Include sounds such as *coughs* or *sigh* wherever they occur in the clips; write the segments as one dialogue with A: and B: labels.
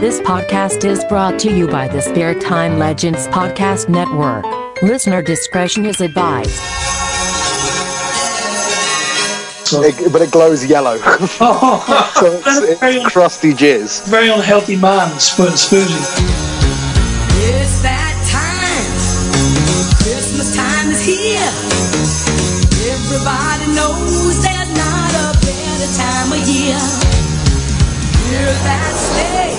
A: This podcast is brought to you by the Spare Time Legends Podcast Network. Listener discretion is advised.
B: It, but it glows yellow. *laughs* so
C: *laughs* Oh,
B: it's, it's
C: Very-
B: crusty
C: *laughs*
B: jizz.
C: very unhealthy man, Spoon Spoozy.
D: It's that time. Christmas time is here. Everybody knows there's not a better time of year. Hear that sleigh.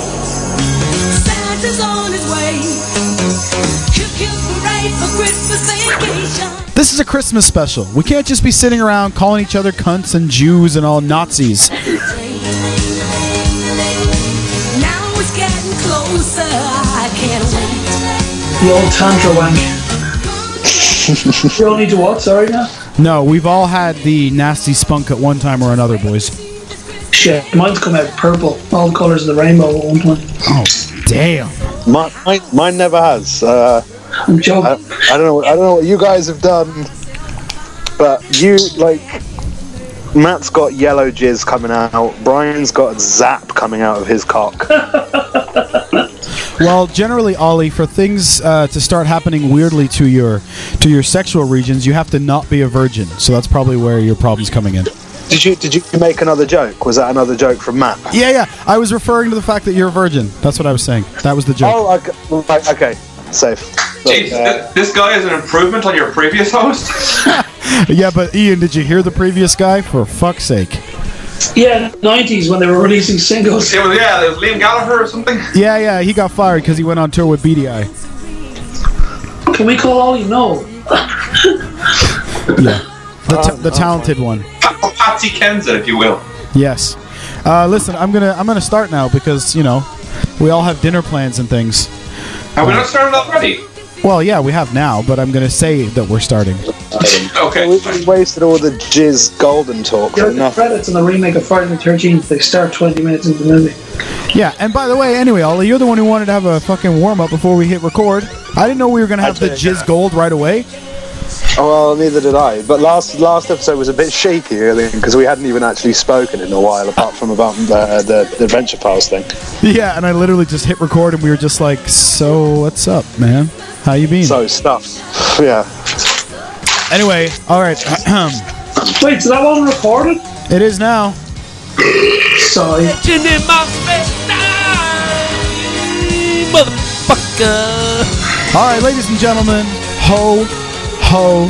D: Santa's on his way. He'll kill parade for Christmas vacation.
E: This is a Christmas special. We can't just be sitting around calling each other cunts and Jews and all Nazis.
D: Now it's getting closer. I can't wait.
C: The old Tantra wank. you all need to what? Sorry now?
E: No, we've all had the nasty spunk at one time or another, boys.
C: Shit, mine's come out purple. All the colours of the rainbow at one point.
E: Oh, damn.
B: Mine, mine, mine never has. Uh,
C: I'm joking.
B: I, I don't know. I don't know what you guys have done, but you like. Matt's got yellow jizz coming out. Brian's got zap coming out of
C: *laughs*
B: his cock.
E: Well, generally, Ollie, for things uh, to start happening weirdly to your to your sexual regions, you have to not be a virgin. So that's probably where your problem's coming in.
B: did you did you make another joke? Was that another joke from Matt?
E: Yeah, yeah. I was referring to the fact that you're a virgin. That's what I was saying. That was the joke.
B: Oh, okay. Right, okay. Safe.
F: Jeez,
B: Uh,
F: thi- this guy is an improvement on your previous host. *laughs*
E: Yeah, but Ian, did you hear the previous guy? For fuck's sake.
C: yeah, 90s when they were releasing singles.
F: It was yeah, it was Liam Gallagher or something.
E: Yeah, yeah. He got fired because he went on tour with BDI.
C: Can we call Ollie? No.
E: The, ta- the talented one.
F: Pa- Patsy Kenza, if you will.
E: Yes. Uh, listen, I'm gonna I'm gonna start now because you know we all have dinner plans and things.
F: Have we not started already?
E: Well, yeah, we have now, but I'm gonna say that we're starting.
F: Okay.
B: we, we wasted all the jizz golden talk
C: Yeah,
B: for
C: the
B: nothing.
C: credits on the remake of Friday the 13th, they start 20 minutes into the movie.
E: Yeah, and by the way, anyway, Ollie, you're the one who wanted to have a fucking warm up before we hit record. I didn't know we were gonna have the
B: did, yeah.
E: jizz gold right away.
B: Well, neither did I. But last last episode was a bit shaky, really, because we hadn't even actually spoken in a while, apart from about the the, the adventure files thing.
E: Yeah, and I literally just hit record, and we were just like, "So what's up, man? How you been?"
B: So stuff. Yeah.
E: anyway, all right, *clears throat*
C: Wait, so that wasn't recorded?
E: it is now.
C: Sorry.
E: All right, ladies and gentlemen, ho, ho,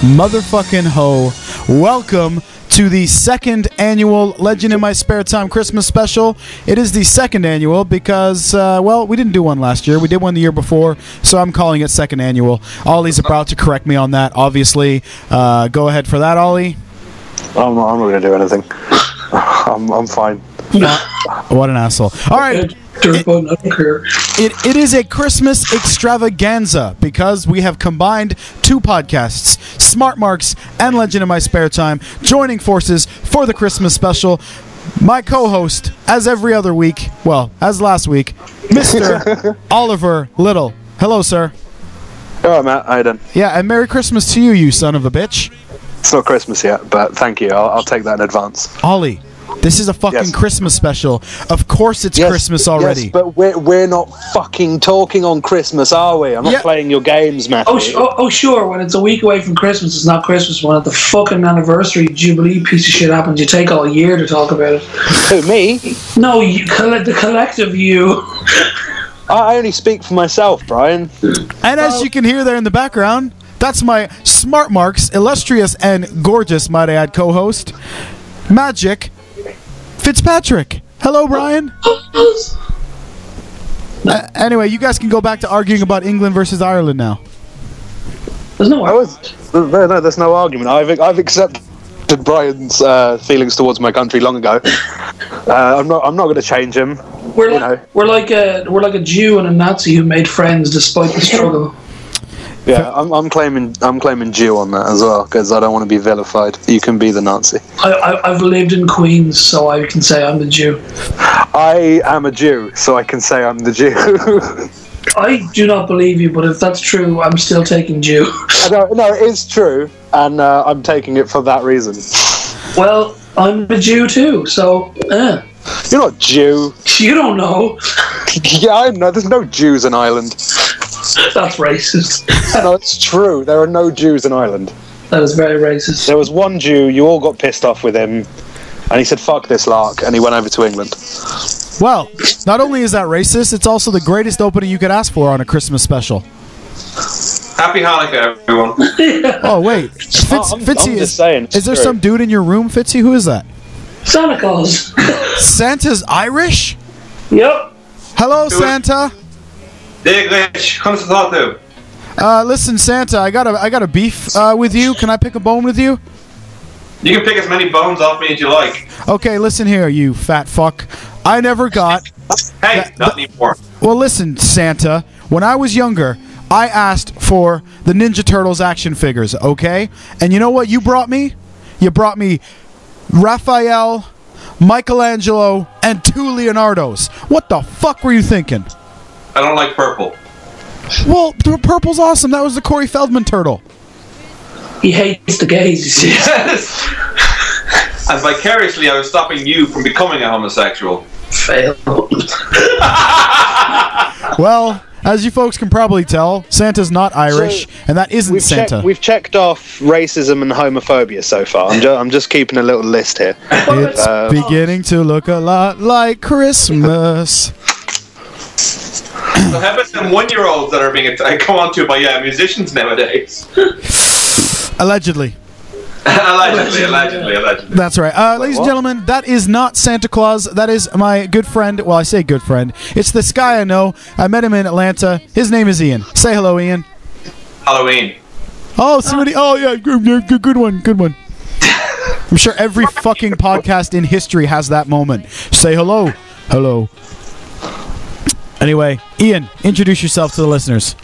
E: motherfucking ho. Welcome to the second annual Legend in My Spare Time Christmas special. It is the second annual because, uh, well, we didn't do one last year. We did one the year before, so I'm calling it second annual. Ollie's about to correct me on that, obviously. Uh, go ahead for that, Ollie.
B: I'm not, I'm not going to do anything. *sighs* I'm, I'm fine.
E: What an asshole. All right,
C: Dirt button, I don't care.
E: It, it is a Christmas extravaganza because we have combined two podcasts, Smart Marks and Legend in My Spare Time, joining forces for the Christmas special. My co host, as every other week, well, as last week,
B: *laughs*
E: Mr. Oliver Little. Hello, sir.
B: All right, Matt. I done.
E: Yeah, and Merry Christmas to you, you son of a bitch.
B: It's not Christmas yet, but thank you. I'll, I'll take that in advance.
E: Ollie, this is a fucking
B: Yes.
E: Christmas special. Of course it's Christmas already.
B: Yes, but we're, we're not fucking talking on Christmas, are we? I'm not
E: Yeah.
B: playing your games, Matt.
C: Oh, sh- oh, oh, sure. When it's a week away from Christmas, it's not Christmas. When at the fucking anniversary jubilee piece of shit happens, you take all year to talk about it.
B: Who, me?
C: No, you collect the collective you.
B: I I only speak for myself, Brian.
E: And as you can hear there in the background, that's my smart marks, illustrious and gorgeous, might I add, co-host, Magic Fitzpatrick. Hello, Brian. Uh, anyway, you guys can go back to arguing about England versus Ireland now.
C: There's no
B: I
C: way.
B: was. No, no, there's no argument. I've I've accepted Brian's uh, feelings towards my country long ago. Uh, I'm not. I'm not going to change him.
C: We're like,
B: you know.
C: we're like a we're like a Jew and a Nazi who made friends despite the struggle.
B: Yeah, I'm, I'm claiming. I'm claiming Jew on that as well because I don't want to be vilified. You can be the Nazi.
C: I, I, I've lived in Queens, so I can say I'm a Jew.
B: I am a Jew, so I can say I'm the Jew. *laughs*
C: I do not believe you, but if that's true, I'm still taking Jew. *laughs*
B: no, no, it is true, and uh, I'm taking it for that reason.
C: Well, I'm a Jew too, so eh.
B: You're not Jew. *laughs*
C: You don't know. *laughs*
B: Yeah, I know. There's no Jews in Ireland.
C: That's racist.
B: No, it's true. There are no Jews in Ireland.
C: That is very racist.
B: There was one Jew. You all got pissed off with him, and he said, "Fuck this lark," and he went over to England.
E: Well, not only is that racist, it's also the greatest opening you could ask for on a Christmas special.
F: Happy Hanukkah, everyone.
E: Oh
B: *laughs*
E: wait, Fitz,
B: Oh, I'm-
E: Fitzy,
B: I'm
E: is,
B: just saying, it's
E: is there
B: true.
E: some dude in your room, Fitzy? Who is that?
C: Santa Claus. *laughs*
E: Santa's Irish?
C: yep.
E: Hello,
F: it.
E: Santa.
F: Dig Rich, come to talk to.
E: Uh, listen, Santa, I got a I got a beef uh, with you. Can I pick a bone with you?
F: You can pick as many bones off me as you like.
E: Okay, listen here, you fat fuck. I never got.
F: Hey, not anymore.
E: Well, listen, Santa. When I was younger, I asked for the Ninja Turtles action figures. Okay, and you know what you brought me? You brought me Raphael, Michelangelo, and two Leonardos. What the fuck were you thinking?
F: I don't like purple. *laughs*
E: Well, the purple's awesome. That was the Corey Feldman turtle.
C: He hates the gays, you see. *laughs*
F: Yes! And vicariously, I was stopping you from becoming a homosexual.
C: Fail.
E: Well, as you folks can probably tell, Santa's not Irish,
B: So,
E: and that isn't
B: We've
E: Santa.
B: checked. We've checked off racism and homophobia so far. I'm, ju- I'm just keeping a little list here.
E: It's
B: uh,
E: beginning to look a lot like Christmas.
F: So how about them one-year-olds that are being attacked, come on to by uh, musicians nowadays? *laughs*
E: Allegedly.
F: allegedly, allegedly, allegedly.
E: That's right. Uh, ladies and gentlemen, that is not Santa Claus. That is my good friend. Well, I say good friend. It's this guy I know. I met him in Atlanta. His name is Ian. Say hello, Ian.
F: Halloween.
E: Oh, somebody. Oh, yeah. Good, good- good, good one. Good one. I'm sure every fucking podcast in history has that moment. Say hello. Hello. Anyway, Ian, introduce yourself to the listeners.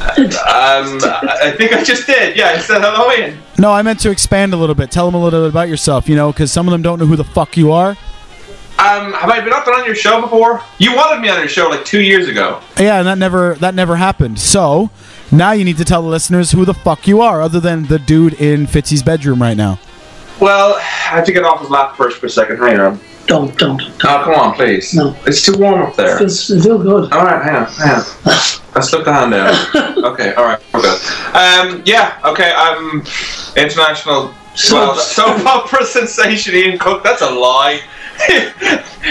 F: Um, I I think I just did. Yeah, I said Halloween.
E: No, I meant to expand a little bit. Tell them a little bit about yourself, you know, because some of them don't know who the fuck you are.
F: Um, have I been up on your show before? You wanted me on your show like two years ago.
E: Yeah, and that never that never happened. So now you need to tell the listeners who the fuck you are, other than the dude in Fitzy's bedroom right now.
F: Well, I have to get off his lap first for a second. Hang on.
C: Don't, don't.
F: Oh, come on, please.
C: No.
F: It's too warm up there.
C: It's, it feel good.
F: All right, hang on, hang on. I slipped the hand out. Okay, all right, we're good. Um, yeah, okay, I'm international well, soap *laughs* opera sensation Ian Cook. That's a lie. *laughs*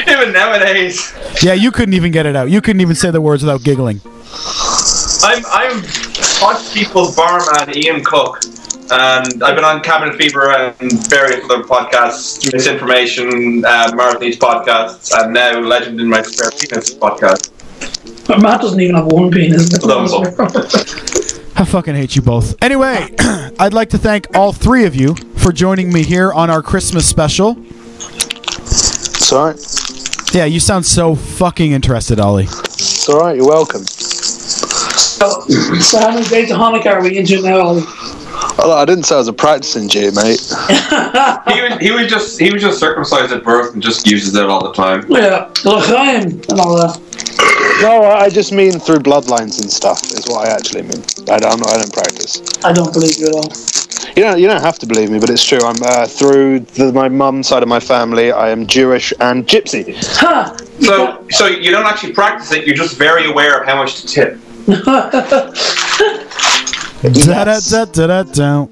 F: Even nowadays,
E: Yeah, you couldn't even get it out. You couldn't even say the words without giggling.
F: I'm I'm hot people's barman Ian Cook, and I've been on Cabin Fever and various other podcasts, Misinformation, uh, Marathon's podcasts, and now Legend in My Spare Penis podcast.
C: But Matt doesn't even have one penis.
F: Lovable.
E: I fucking hate you both. Anyway, *clears throat* I'd like to thank all three of you for joining me here on our Christmas special.
B: It's all right. It's
E: Yeah, you sound so fucking interested, Ollie.
B: all right. You're welcome.
C: so, *laughs* so how many days of Hanukkah are we into now? Ollie?
B: Although I didn't say I was a practicing Jew, mate.
F: He was he was just he was just circumcised at birth and just uses it all the time.
C: Yeah, L'chaim and all that.
B: No, I I just mean through bloodlines and stuff is what I actually mean. I don't, I'm not, I don't practice.
C: I don't believe you at all.
B: You don't, you don't have to believe me, but it's true. I'm uh, through the, my mum's side of my family. I am Jewish and Gypsy.
C: Ha!
F: So so you don't actually practice it. You're just very aware of how much to tip.
E: Da-da-da-da-da-da.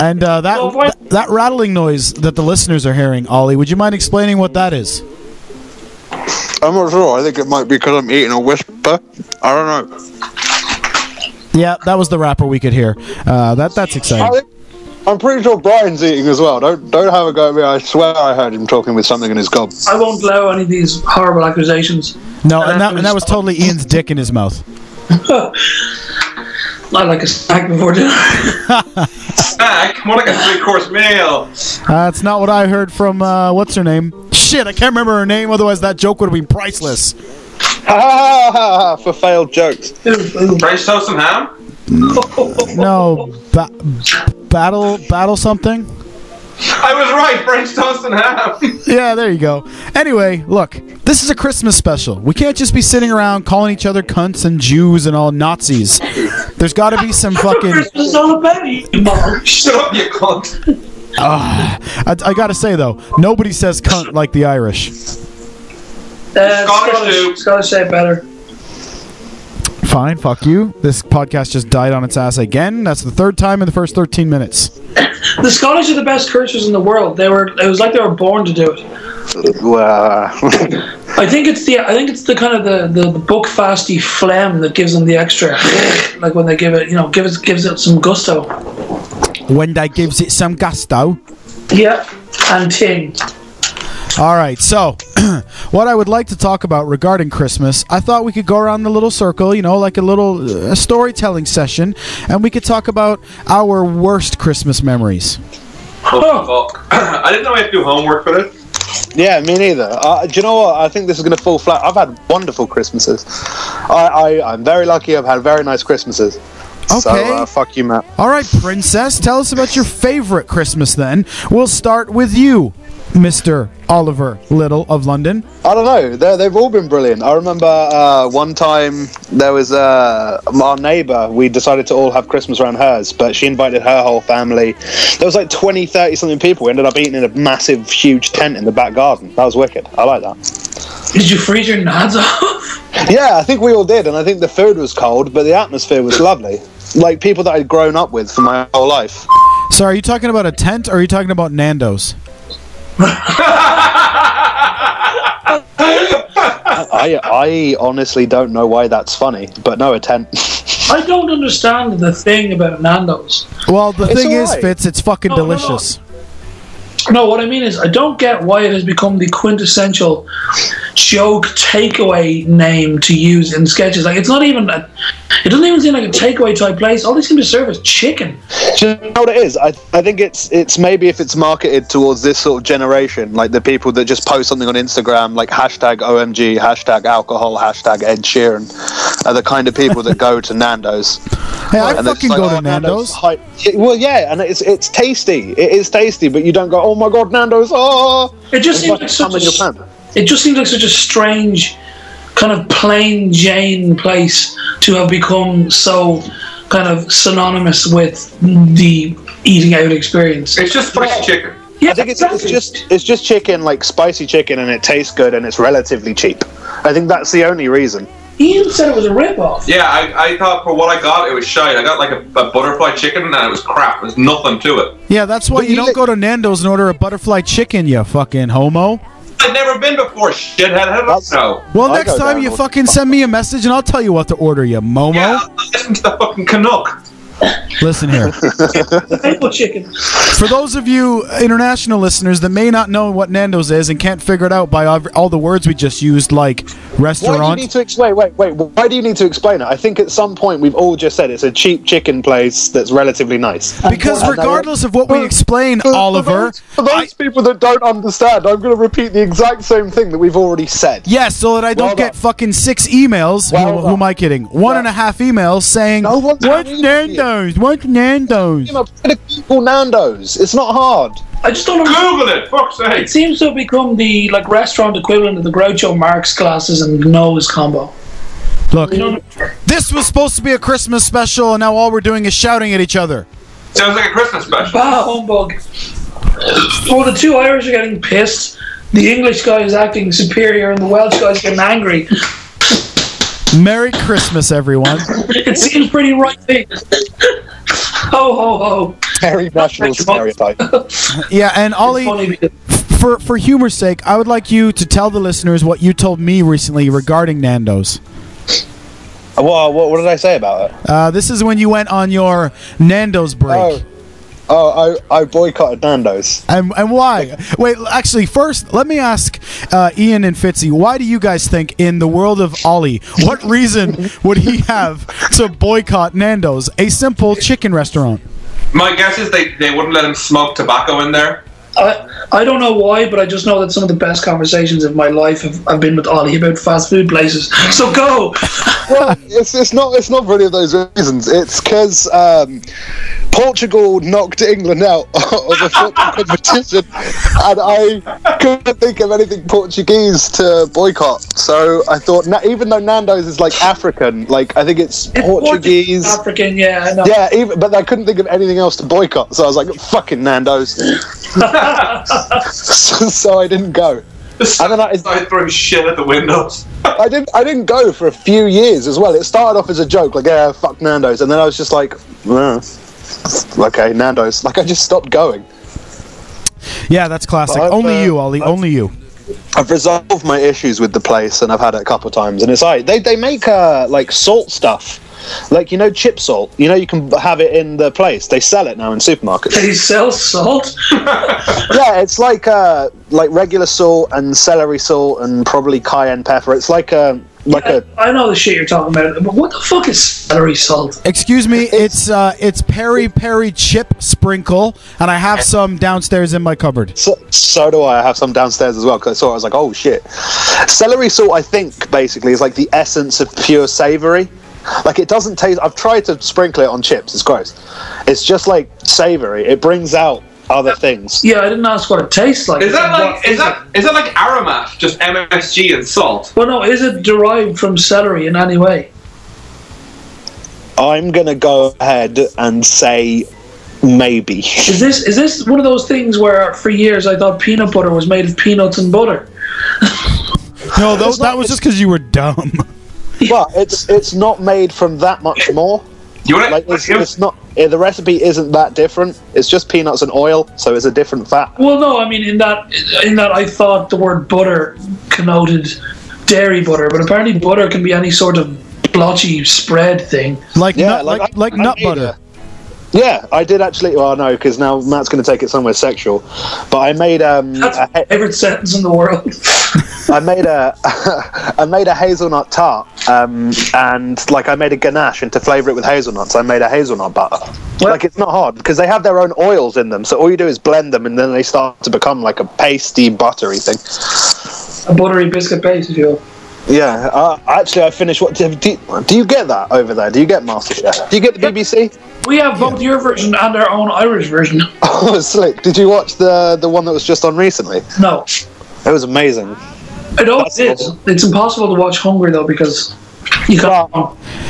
E: And uh,
C: Well, why-
E: that that rattling noise that the listeners are hearing, Ollie, would you mind explaining what that is?
B: I'm not sure. I think it might be because I'm eating a whisper. I don't know.
E: Yeah, that was the rapper we could hear. Uh, that that's
B: I
E: exciting.
B: think, I'm pretty sure Brian's eating as well. Don't don't have a go at me. I swear I heard him talking with something in his gob. *laughs*
C: I won't allow any of these horrible accusations.
E: No, and that, and that was totally Ian's dick in his mouth.
C: I like a snack before *laughs* dinner.
F: Snack, more like a three course meal.
E: That's Uh, not what I heard from uh, what's her name. Shit, I can't remember her name. Otherwise, that joke would have been priceless.
B: Ha ha ha ha ha for failed jokes.
F: French toast and ham.
E: No, ba- battle battle something.
F: I was right. French toast and ham. *laughs*
E: Yeah, there you go. Anyway, look, this is a Christmas special. We can't just be sitting around calling each other cunts and Jews and all Nazis. There's got to be some fucking.
C: *laughs* Christmas is all about you, Mark.
F: Shut up, you cunt.
E: I, I gotta say though, nobody says cunt like the Irish.
C: Uh,
F: Scottish do.
C: Scottish, Scottish say it better.
E: Fine, fuck you. This podcast just died on its ass again. That's the third time in the first 13 minutes.
C: The Scottish are the best cursors in the world. They were. It was like they were born to do it.
B: Well,
C: I think it's the. I think it's the kind of the the, the book fasty phlegm that gives them the extra, *laughs* like when they give it. You know, gives gives it some gusto.
E: When they gives it some gusto.
C: Yeah, and ting.
E: All right, so *clears throat* what I would like to talk about regarding Christmas, I thought we could go around the little circle, you know, like a little uh, storytelling session, and we could talk about our worst Christmas memories.
F: Oh, fuck. *clears throat* I didn't know I had to do homework for this.
B: yeah, me neither. Uh, do you know what? I think this is going to fall flat. I've had wonderful Christmases. I, I, I'm very lucky. I've had very nice Christmases. So,
E: Okay.
B: uh, fuck you, Matt.
E: All right, princess, tell us about your favorite Christmas then. We'll start with you, Mr. Oliver Little of London.
B: I don't know. They're, they've all been brilliant. I remember uh, one time there was uh, our neighbour. We decided to all have Christmas around hers, but she invited her whole family. There was like 20, 30 something people. We ended up eating in a massive, huge tent in the back garden. That was wicked. I like that.
C: Did you freeze your *laughs* nods off?
B: Yeah, I think we all did, and I think the food was cold, but the atmosphere was lovely. Like people that I'd grown up with for my whole life.
E: So, are you talking about a tent or are you talking about Nando's?
B: I, I honestly don't know why that's funny, but no, a tent. *laughs*
C: I don't understand the thing about Nando's.
E: Well, the
B: It's
E: thing is,
B: alright.
E: Fitz, it's fucking
C: No, no, no.
E: delicious.
C: No, what I mean is, I don't get why it has become the quintessential joke takeaway name to use in sketches. Like, it's not even a, it doesn't even seem like a takeaway type place. All they seem to serve is chicken.
B: Do you know what it is? I, I think it's it's maybe if it's marketed towards this sort of generation, like the people that just post something on Instagram, like hashtag OMG, hashtag alcohol, hashtag Ed Sheeran, are the kind of people that go to
E: *laughs*
B: Nando's.
E: Hey, I
B: they're just
E: fucking
B: like,
E: go
B: "Oh,
E: to Nando's.
B: hype." Yeah, Well, yeah, and it's it's tasty. It is tasty, but you don't go, oh my god, Nando's, oh!
C: It just
B: It's
C: seems like
B: like ham
C: such
B: in your
C: a,
B: pan.
C: it just seems like such a strange kind of plain Jane place to have become so kind of synonymous with the eating out experience.
F: It's just spicy chicken.
C: Yeah,
B: I think it's, it's
C: exactly.
B: just it's just chicken, like spicy chicken, and it tastes good and it's relatively cheap. I think that's the only reason.
C: Ian said it was a rip-off.
F: Yeah, I, I thought for what I got, it was shite. I got like a, a butterfly chicken and it was crap. There's nothing to it.
E: Yeah, that's why
B: But
E: you
B: you
E: don't
B: li-
E: go to Nando's and order a butterfly chicken, you fucking homo.
F: I've never been before, shithead. I don't
B: That's-
F: know.
E: Well,
B: I
E: next
B: go down
E: time you
B: all the
E: fucking send me a message and I'll tell you what to order, you momo.
F: Yeah, I'll listen to the fucking Canuck.
E: Listen here.
C: Maple chicken.
E: For those of you international listeners that may not know what Nando's is and can't figure it out by all all the words we just used,
B: Why
E: like
B: do you
E: restaurant.
B: need to explain? Wait, wait. Why do you need to explain it? I think at some point we've all just said it's a cheap chicken place that's relatively nice.
E: because
B: And- and
E: regardless of
B: Uh,
E: what we explain,
B: for- for
E: Oliver,
B: those- For those, people that don't understand, I'm going to repeat the exact same thing that we've already said.
E: Yes, so that I don't
B: Well
E: get
B: done.
E: fucking six emails.
B: Well
E: who, who am I
B: done.
E: kidding? One and a half emails saying,
B: No one's
E: What's
B: reading it."
E: Nando's? What's Nando's?
B: You know, put a Google Nando's. It's not hard.
C: I just don't understand.
F: Google it, fuck's sake.
C: It seems to have become the like restaurant equivalent of the Groucho Marx classes and nose combo.
E: Look, this was supposed to be a Christmas special, and now all we're doing is shouting at each other.
F: Sounds like a Christmas special.
C: Bah humbug. Well, the two Irish are getting pissed. The English guy is acting superior, and the Welsh guy is getting angry.
E: Merry Christmas,
B: *laughs*
E: everyone.
C: It seems pretty right thing. ho ho ho!
B: Very national stereotype.
E: Yeah, and Ollie,
C: Funny because
E: for, for humor's sake, I would like you to tell the listeners what you told me recently regarding Nando's.
B: what, what, what did I say about it?
E: Uh, this is when you went on your Nando's break.
B: Oh, oh I, I boycotted Nando's.
E: And, and why? Wait, actually, first, let me ask uh, Ian and Fitzy, why do you guys think, in the world of Ollie, what reason would he have to boycott Nando's, a simple chicken restaurant?
F: My guess is they, they wouldn't let him smoke tobacco in there.
C: I, I don't know why, but I just know that some of the best conversations of my life have, have been with Ollie about fast food places. So go.
B: well, it's, it's not it's not really those reasons. It's because um, *laughs* Portugal knocked England out of a football competition, and I couldn't think of anything Portuguese to boycott, so I thought, na- even though Nando's is like African, like I think it's,
C: It's
B: Portuguese.
C: African, yeah. No.
B: yeah, even, but I couldn't think of anything else to boycott, so I was like, fucking *laughs* Nando's. so, so I didn't go. And then I,
F: I throw shit at the windows.
B: I didn't. I didn't go for a few years as well. It started off as a joke, like yeah, fuck Nando's, and then I was just like, "Uh, okay, Nando's. Like I just stopped going.
E: Yeah, that's classic.
B: I've,
E: only
B: uh,
E: you, Ollie. Only you.
B: I've resolved my issues with the place, and I've had it a couple of times, and it's like they they make uh, like salt stuff, like you know chip salt. You know you can have it in the place. They sell it now in supermarkets.
C: *laughs* They sell salt.
B: yeah, it's like uh, like regular salt and celery salt and probably cayenne pepper. It's like a like a
C: I know the shit you're talking about, but what the fuck is celery salt?
E: Excuse me. It's uh, it's peri peri chip sprinkle, and I have some downstairs in my cupboard.
B: So, so do I. I have some downstairs as well because I saw it. I was like, oh shit. Celery salt, I think, basically, is like the essence of pure savory. Like, it doesn't taste. I've tried to sprinkle it on chips. It's gross. It's just like savory. It brings out other things.
C: Yeah, I didn't ask what it tastes like.
F: Is that
C: What-
F: like is that is that like Aramat, just MSG and salt?
C: Well, no, is it derived from celery in any way?
B: I'm going to go ahead and say maybe.
C: Is this is this one of those things where for years I thought peanut butter was made of peanuts and butter?
E: No, tho- that was just because you were dumb.
B: but it's it's not made from that much more.
F: You want
B: Like,
F: to
B: it's, it's not. eh, The recipe isn't that different. It's just peanuts and oil, so it's a different fat.
C: Well, no, I mean in that in that I thought the word butter connoted dairy butter, but apparently butter can be any sort of blotchy spread thing.
E: Like
B: Yeah,
E: nut, like,
B: like,
E: like,
B: I- I
E: nut
B: made
E: butter.
B: Yeah, I did actually. Well, no, because now Matt's going to take it somewhere sexual. But I made um,
C: That's
B: a,
C: my favorite sentence in the world. *laughs*
B: ha- I made a, *laughs* I made a hazelnut tart, um, and like I made a ganache, and to flavour it with hazelnuts, I made a hazelnut butter. Like it's not hard because they have their own oils in them, so all you do is blend them, and then they start to become like a pasty, buttery thing.
C: A buttery biscuit paste, if you will.
B: Yeah, uh, actually, I finished. What do, do, do you get that over there? Do you get MasterChef? Do you get the BBC?
C: We have both your version and our own Irish version.
B: *laughs* Oh, slick! Did you watch the the one that was just on recently?
C: No,
B: It was amazing.
C: it always is. It's impossible to watch hungry though because you can't.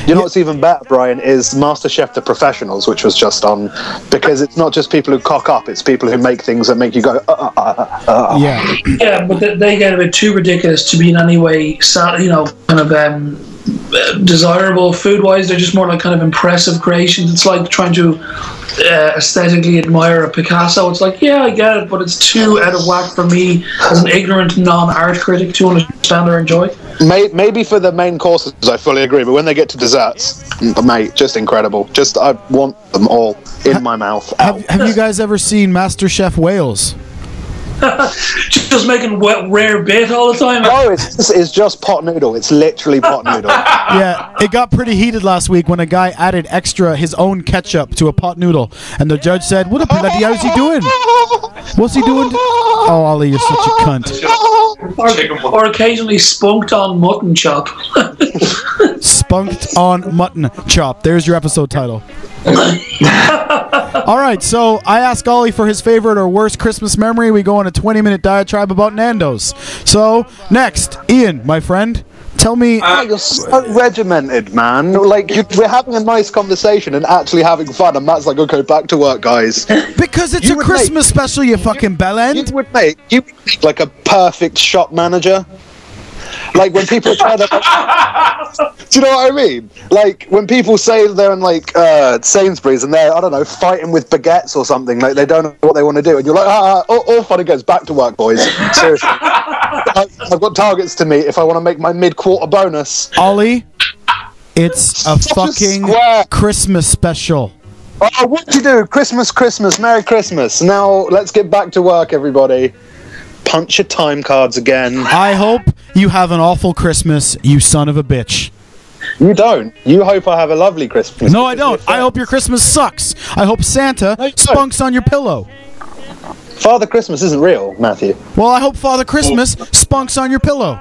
B: You know what's even better, Brian, is MasterChef The Professionals, which was just on, because it's not just people who cock up; it's people who make things that make you go. Uh, uh, uh, uh.
E: Yeah.
C: Yeah, but they, they get a bit too ridiculous to be in any way, sad, you know, kind of um, uh, desirable food wise. They're just more like kind of impressive creations. It's like trying to uh, aesthetically admire a Picasso. It's like, yeah, I get it, but it's too out of whack for me as an ignorant non art critic to understand or enjoy.
B: May, maybe for the main courses, I fully agree, but when they get to desserts, mm, mate, just incredible. Just I want them all in my mouth. Ow.
E: Have, have you guys ever seen MasterChef Wales?
C: Just making wet, rare bit all the time.
B: No, it's just, it's just pot noodle. It's literally pot noodle. *laughs*
E: Yeah, it got pretty heated last week when a guy added extra his own ketchup to a pot noodle, and the judge said, "What a bloody how's he doing? What's he doing?" Oh, Ollie, you're such a cunt.
C: Or,
F: chicken one.
C: or occasionally spunked on mutton chop. *laughs*
E: Spunked on mutton chop. There's your episode title. All right, so I ask Ollie for his favorite or worst Christmas memory. We go on a 20 minute diatribe about Nando's. So, next, Ian, my friend, tell me.
B: Oh, you're so regimented, man. Like you, we're having a nice conversation and actually having fun, and Matt's like, "Okay, back to work, guys."
E: because it's
B: you
E: a
B: would
E: Christmas special, you fucking bell
B: you
E: end.
B: would make you would make like a perfect shop manager. Like when people try to, do you know what I mean? Like when people say they're in like uh, Sainsbury's and they're I don't know fighting with baguettes or something. Like they don't know what they want to do, and you're like, ah, ah, all, all fun and goes back to work, boys. Seriously, I, I've got targets to meet if I want to make my mid-quarter bonus.
E: Ollie, it's a
B: Such a
E: fucking
B: square.
E: Christmas special.
B: Oh, what do you do? Christmas, Christmas, Merry Christmas. Now let's get back to work, everybody. Punch your time cards again.
E: I hope you have an awful Christmas, you son of a bitch.
B: You don't. You hope I have a lovely Christmas.
E: No, I don't. I hope your Christmas sucks. I hope Santa
B: No, you don't.
E: spunks on your pillow.
B: Father Christmas isn't real, Matthew.
E: Well, I hope Father Christmas spunks on your pillow.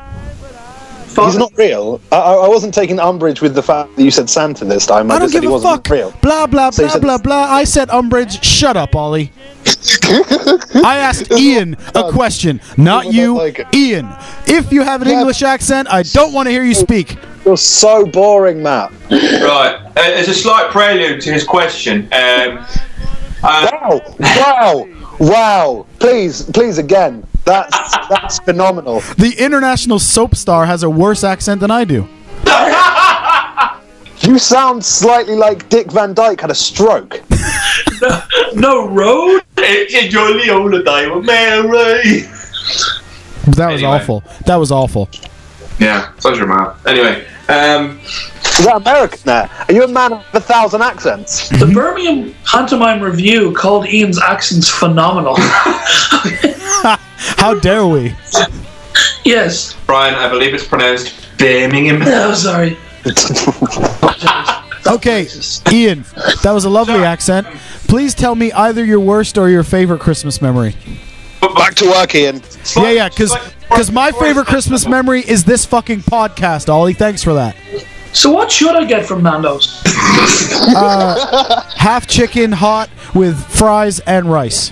B: He's not real. I, I I wasn't taking umbrage with the fact that you said Santa this time. I,
E: I don't
B: just said
E: give
B: he
E: a
B: wasn't
E: fuck.
B: real.
E: Blah blah
B: So you
E: blah
B: said-
E: blah blah. I said umbrage. Shut up, Ollie.
B: *laughs*
E: I asked Ian a question, not
B: not
E: you,
B: like it.
E: Ian. If you have an
B: Yeah.
E: English accent, I don't want to hear you speak.
B: You're so boring, Matt.
F: Right. Uh, as a slight prelude to his question, um, uh,
B: Wow! Wow! Wow! Please, please again. That's that's phenomenal.
E: The international soap star has a worse accent than I do.
B: You sound slightly like Dick Van Dyke had a stroke.
C: No road.
F: it's your Leola Diamond Mary.
E: That was
F: Anyway.
E: awful. That was awful.
F: Yeah, such a man. Anyway, um,
B: Is that American there? Are you a man of a thousand accents?
C: The Birmingham pantomime review called Ian's accents phenomenal. *laughs*
E: How dare we?
C: yes.
F: Brian, I believe it's pronounced Birmingham.
C: *laughs* Oh, sorry.
E: Okay, Ian, that was a lovely accent. Please tell me either your worst or your favorite Christmas memory.
B: Back to work, Ian.
E: Yeah, yeah, because because my favorite Christmas memory is this fucking podcast, Ollie. Thanks for that.
C: So what should I get from Nando's?
E: Half chicken hot with fries and rice.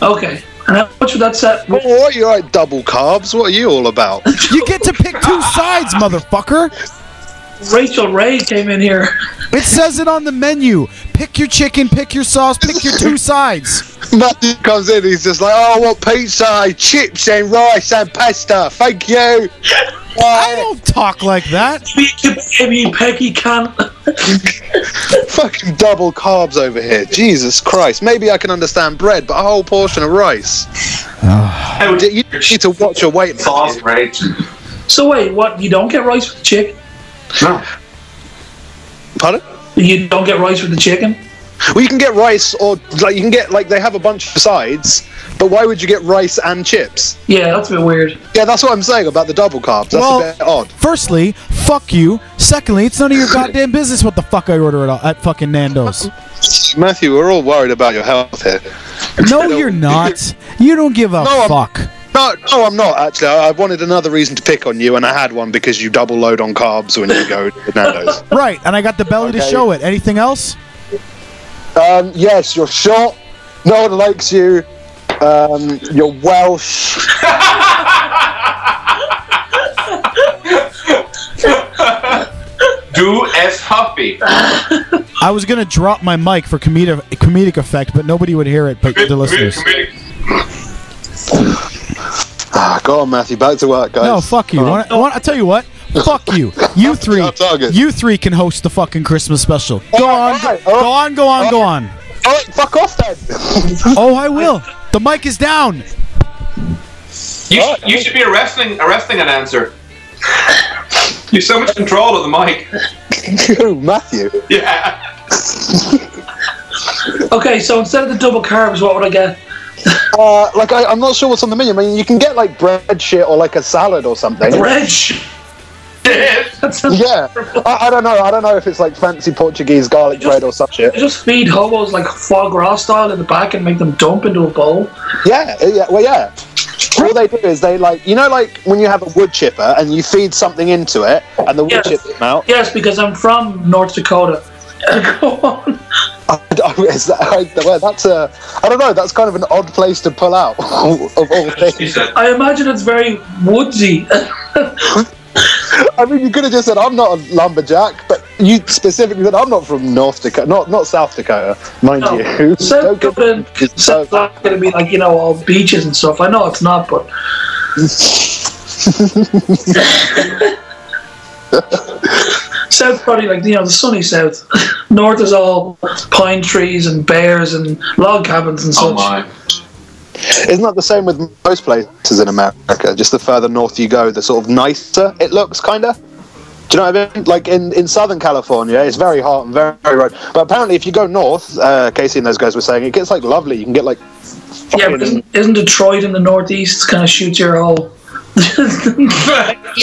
C: Okay. And how much would that set?
B: What are you like double carbs? What are you all about?
E: You get to pick two sides, motherfucker.
C: Rachel Ray came in here. *laughs*
E: It says it on the menu. Pick your chicken, pick your sauce, pick your two sides.
B: Matthew comes in, he's just like, "Oh, I want pizza, chips, and rice and pasta. Thank *laughs* you."
E: I don't talk like that.
C: Baby Peggy can.
B: Fucking double carbs over here. Jesus Christ. Maybe I can understand bread, but a whole portion of rice.
F: How
B: D- You need to watch your weight.
F: sauce, right?
C: So wait, what? You don't get rice with the chicken?
F: No.
B: Pardon?
C: You don't get rice with the chicken?
B: Well, you can get rice, or like you can get like they have a bunch of sides, but why would you get rice and chips?
C: Yeah, that's a bit weird.
B: Yeah, that's what I'm saying about the double carbs. That's
E: Well-
B: a bit odd.
E: Firstly, fuck you. Secondly, it's none
B: *coughs*
E: of your goddamn business what the fuck I order at, at
B: *laughs*
E: fucking Nando's.
B: Matthew, we're all worried about your health here.
E: No, you're not. You don't give a
B: No, I'm-
E: fuck.
B: No, no, I'm not actually. I I wanted another reason to pick on you, and I had one because you double load on carbs when you go to Nando's.
E: Right, and I got the belly to
B: Okay.
E: show it. Anything else?
B: *laughs* Um, yes, you're short. No one likes you. Um, you're Welsh.
F: Do as Huffy.
E: I was gonna drop my mic for comedic comedic effect, but nobody would hear it. But the listeners.
B: Ah, go on, Matthew. Back to work, guys.
E: No, fuck
B: Uh-huh.
E: you. Wanna- wanna- I tell you what. Fuck
B: *laughs*
E: you. You three.
B: I'll target. Oh,
E: You three can host the fucking Christmas special. Go on. Go,
B: Alright, alright.
E: go on. Go on. Go on.
B: All right, fuck off then. *laughs*
E: Oh, I will. The mic is down.
F: You, sh- you should be a wrestling, a wrestling announcer. You have so much control of the mic.
B: you, Matthew.
F: Yeah.
C: Okay, so instead of the double carbs, what would I get?
B: Uh, like I, I'm not sure what's on the menu. I mean, you can get like bread shit or like a salad or something.
C: Bread. *laughs*
F: Yes.
C: That's a-
B: Yeah, I, I don't know. I don't know if it's like fancy Portuguese garlic bread or some shit.
C: Just feed hobos like foie gras style in the back and make them dump into a bowl.
B: Yeah, uh, yeah, well, yeah. All they do is they like you know like when you have a wood chipper and you feed something into it and the wood
C: Yes.
B: chips come out. *laughs*
C: Yes, because I'm from North Dakota. *laughs* Go on.
B: I- I- Oh, is that, I, well, that's a I don't know. That's kind of an odd place to pull out *laughs* of all
F: He
B: things.
F: said,
C: I imagine it's very woodsy. *laughs*
B: I mean, you could have just said I'm not a lumberjack, but you specifically said I'm not from North Dakota, not not South Dakota, mind
C: No.
B: you. *laughs*
C: South
B: Don't get-
C: Dakota
B: it's
C: South
B: South-
C: not going to be like, you know, all beaches and stuff. I know it's not,
B: *laughs*
C: but South probably like you know the sunny south. *laughs* North is all pine trees and bears and log cabins and such.
F: Oh my.
B: Isn't that the same with most places in America? Just the further north you go, the sort of nicer it looks, kind of. Do you know what I mean? Like in, in Southern California, it's very hot and very, very rough. But apparently, if you go north, uh, Casey and those guys were saying, it gets like lovely. You can get like.
C: yeah, but isn't, isn't Detroit in the northeast? Kind of shoots your whole. *laughs*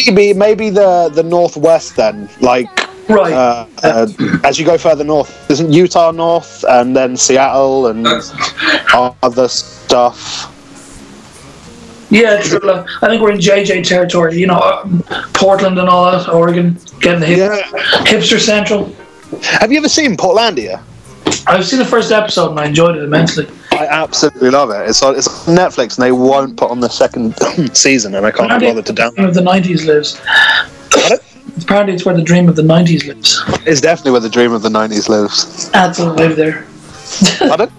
B: Maybe, maybe the, the northwest then. Like,
C: right.
B: uh, uh, as you go further north, isn't Utah north and then Seattle and
F: That's-
B: other stuff?
C: yeah, true. love. I think we're in JJ territory. You know, uh, Portland and all that, Oregon, getting the hip, hipster central.
B: Have you ever seen Portlandia?
C: I've seen the first episode and I enjoyed it immensely.
B: I absolutely love it. It's on, it's on Netflix, and they won't put on the second *clears throat* season, and I can't be
C: Apparently,
B: bothered to
C: the
B: download.
C: dream of the 90s lives. Apparently, it's where the dream of the 90s lives.
B: it. It's definitely where the dream of the '90s lives.
C: Ads will live there.
B: Pardon?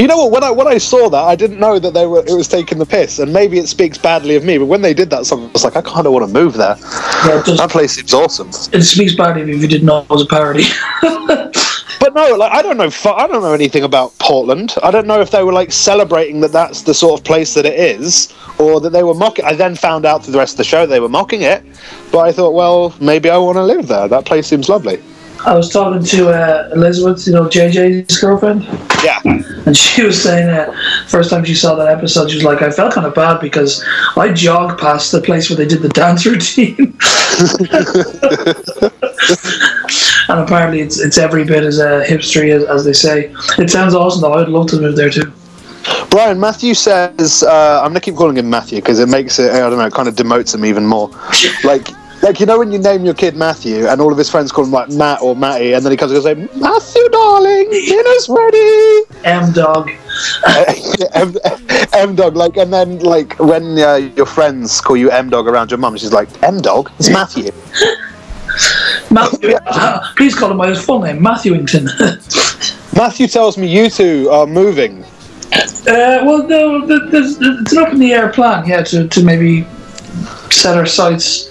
B: You know what? When I when I saw that, I didn't know that they were it was taking the piss, and maybe it speaks badly of me. But when they did that song, I was like, I kind of want to move there.
C: Yeah, it, does,
B: That place seems awesome.
C: it speaks badly if you didn't know it was a parody. *laughs*
B: But no, like I don't know, fu- I don't know anything about Portland. I don't know if they were like celebrating that that's the sort of place that it is, or that they were mocking. I then found out through the rest of the show they were mocking it. But I thought, well, maybe I want to live there. That place seems lovely.
C: I was talking to uh, Elizabeth, you know, JJ's girlfriend.
B: Yeah,
C: And she was saying that first time she saw that episode, she was like, I felt kind of bad because I jogged past the place where they did the dance *laughs* routine. and apparently, it's it's every bit as uh, hipstery as, as they say. It sounds awesome, though. I'd love to move there too.
B: Brian Matthew says uh, I'm gonna keep calling him Matthew because it makes it I don't know, it kind of demotes him even more. like. Like you know when you name your kid Matthew and all of his friends call him like Matt or Matty and then he comes and goes like Matthew darling dinner's ready
C: M Dog.
B: M, M dog, like, and then like when uh, your friends call you M dog around your mum, she's like, M dog, it's Matthew.
C: Matthew. uh, Please call him by his full name, Matthewington. *laughs*
B: Matthew tells me you two are moving.
C: Uh, well, no, th- there's, it's an up in the air plan, yeah, to, to maybe set our sights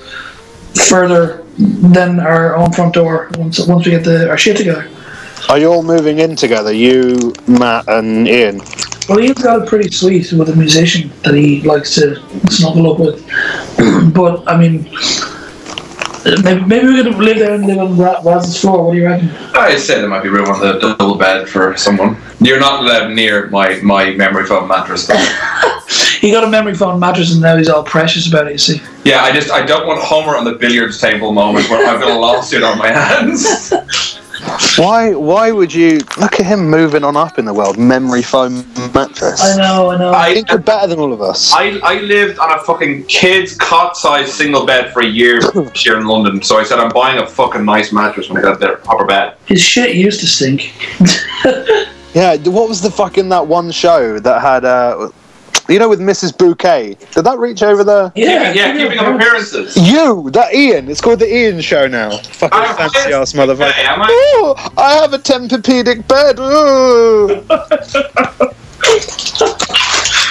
C: further than our own front door once once we get the, our shit together.
B: Are you all moving in together? You, Matt, and Ian.
C: Well, Ian's got it pretty sweet with a musician that he likes to snuggle up with. *clears throat* but, I mean, maybe, maybe we're going to live there and live on Ra- Raz's floor. What do you reckon?
F: I said there might be room on the double bed for someone. You're not allowed near my, my memory foam mattress. Though.
C: He got a memory foam mattress and now he's all precious about it, you see.
F: yeah, I just I don't want Homer on the billiards table moment where I've got a lawsuit on
B: *laughs*
F: my hands.
B: Why? Why would you look at him moving on up in the world? Memory foam mattress.
C: I know, I know.
B: I think you're better than all of us.
F: I, I lived on a fucking kid's cot sized single bed for a
B: *coughs*
F: year this year in London, so I said I'm buying a fucking nice mattress when I got their proper bed.
C: His shit used to stink.
B: Yeah. d- What was the fucking that one show that had? Uh, you know, with Mrs. Bouquet. Did that reach over there?
F: Yeah, yeah, keeping up appearances.
B: You, that Ian. It's called the Ian Show now. Fucking
F: I'm
B: fancy ass
F: fancy,
B: motherfucker.
F: Hey, am I?
B: Ooh, I have a tempur bed. Ooh.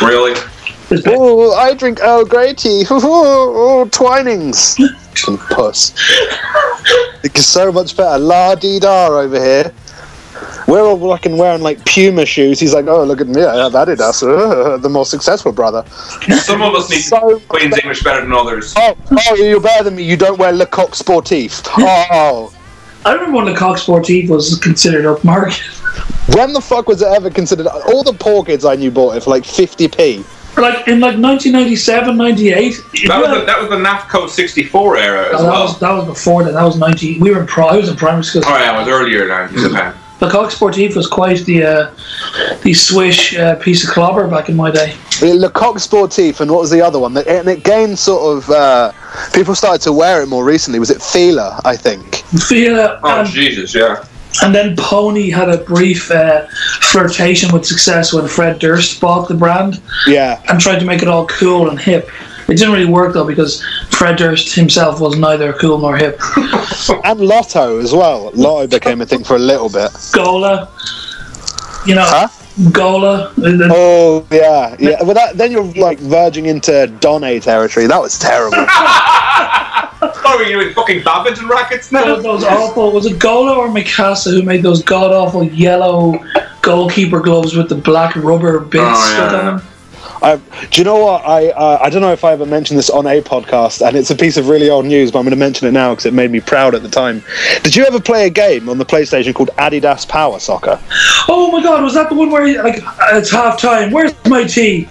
F: Really?
B: Ooh, I drink Earl Grey tea. Ooh, ooh, ooh, twinings. Fucking puss. It's so much better. La dee da over here. We're all fucking wearing like Puma shoes. He's like, oh, look at me. I have Adidas. *laughs* Uh, the more successful brother.
F: Some of us need
B: *laughs*
F: to
B: So-
F: speak Queen's English better than others.
B: Oh, oh, you're better than me. You don't wear Lecoq Sportif. Oh.
C: I remember when the Cock Sportif was considered upmarket.
B: When the fuck was it ever considered? All the poor kids I knew bought it for like 50p.
C: *laughs* Like in like 1997, 98.
F: That was the, that was the NAFCO 64 era as
B: Uh-huh.
C: that, was,
F: well.
C: that was before that. That was 90. We were in pro. I was in primary school.
F: Sorry, I was
B: *coughs*
F: earlier now. It's okay.
C: The Cock Sportif was quite the uh, the swish uh, piece of clobber back in my day. *laughs*
B: Yeah, Lecoq Sportif and what was the other one? And it gained sort of uh, people started to wear it more recently. Was it Fila? I think.
C: Fila
B: Um,
F: Oh,
C: uh, and,
F: Jesus, yeah.
C: and then Pony had a brief uh, flirtation with success when Fred Durst bought the brand
B: Yeah.
C: and tried to make it all cool and hip. It didn't really work though because Fred Durst himself was neither cool nor
F: *laughs*
C: hip.
B: And Lotto as well. Lotto became a thing for a little bit.
C: Gola, you know,
B: Huh?
C: Gola. the- the-
B: Oh yeah, yeah. Well, that, then you're like verging into Donne territory. That was *laughs* terrible.
F: Oh, are you doing fucking Babbage and rackets
C: those,
F: now?
C: *laughs* those awful was it Gola or Mikasa who made those god awful yellow goalkeeper gloves with the black rubber bits
F: Oh, yeah,
C: stuck on them?
B: I, do you know what? I uh, I don't know if I ever mentioned this on a podcast, and it's a piece of really old news, but I'm going to mention it now because it made me proud at the time. Did you ever play a game on the PlayStation called Adidas Power Soccer?
C: Oh my god, was that the one where like it's half time? Where's my tea?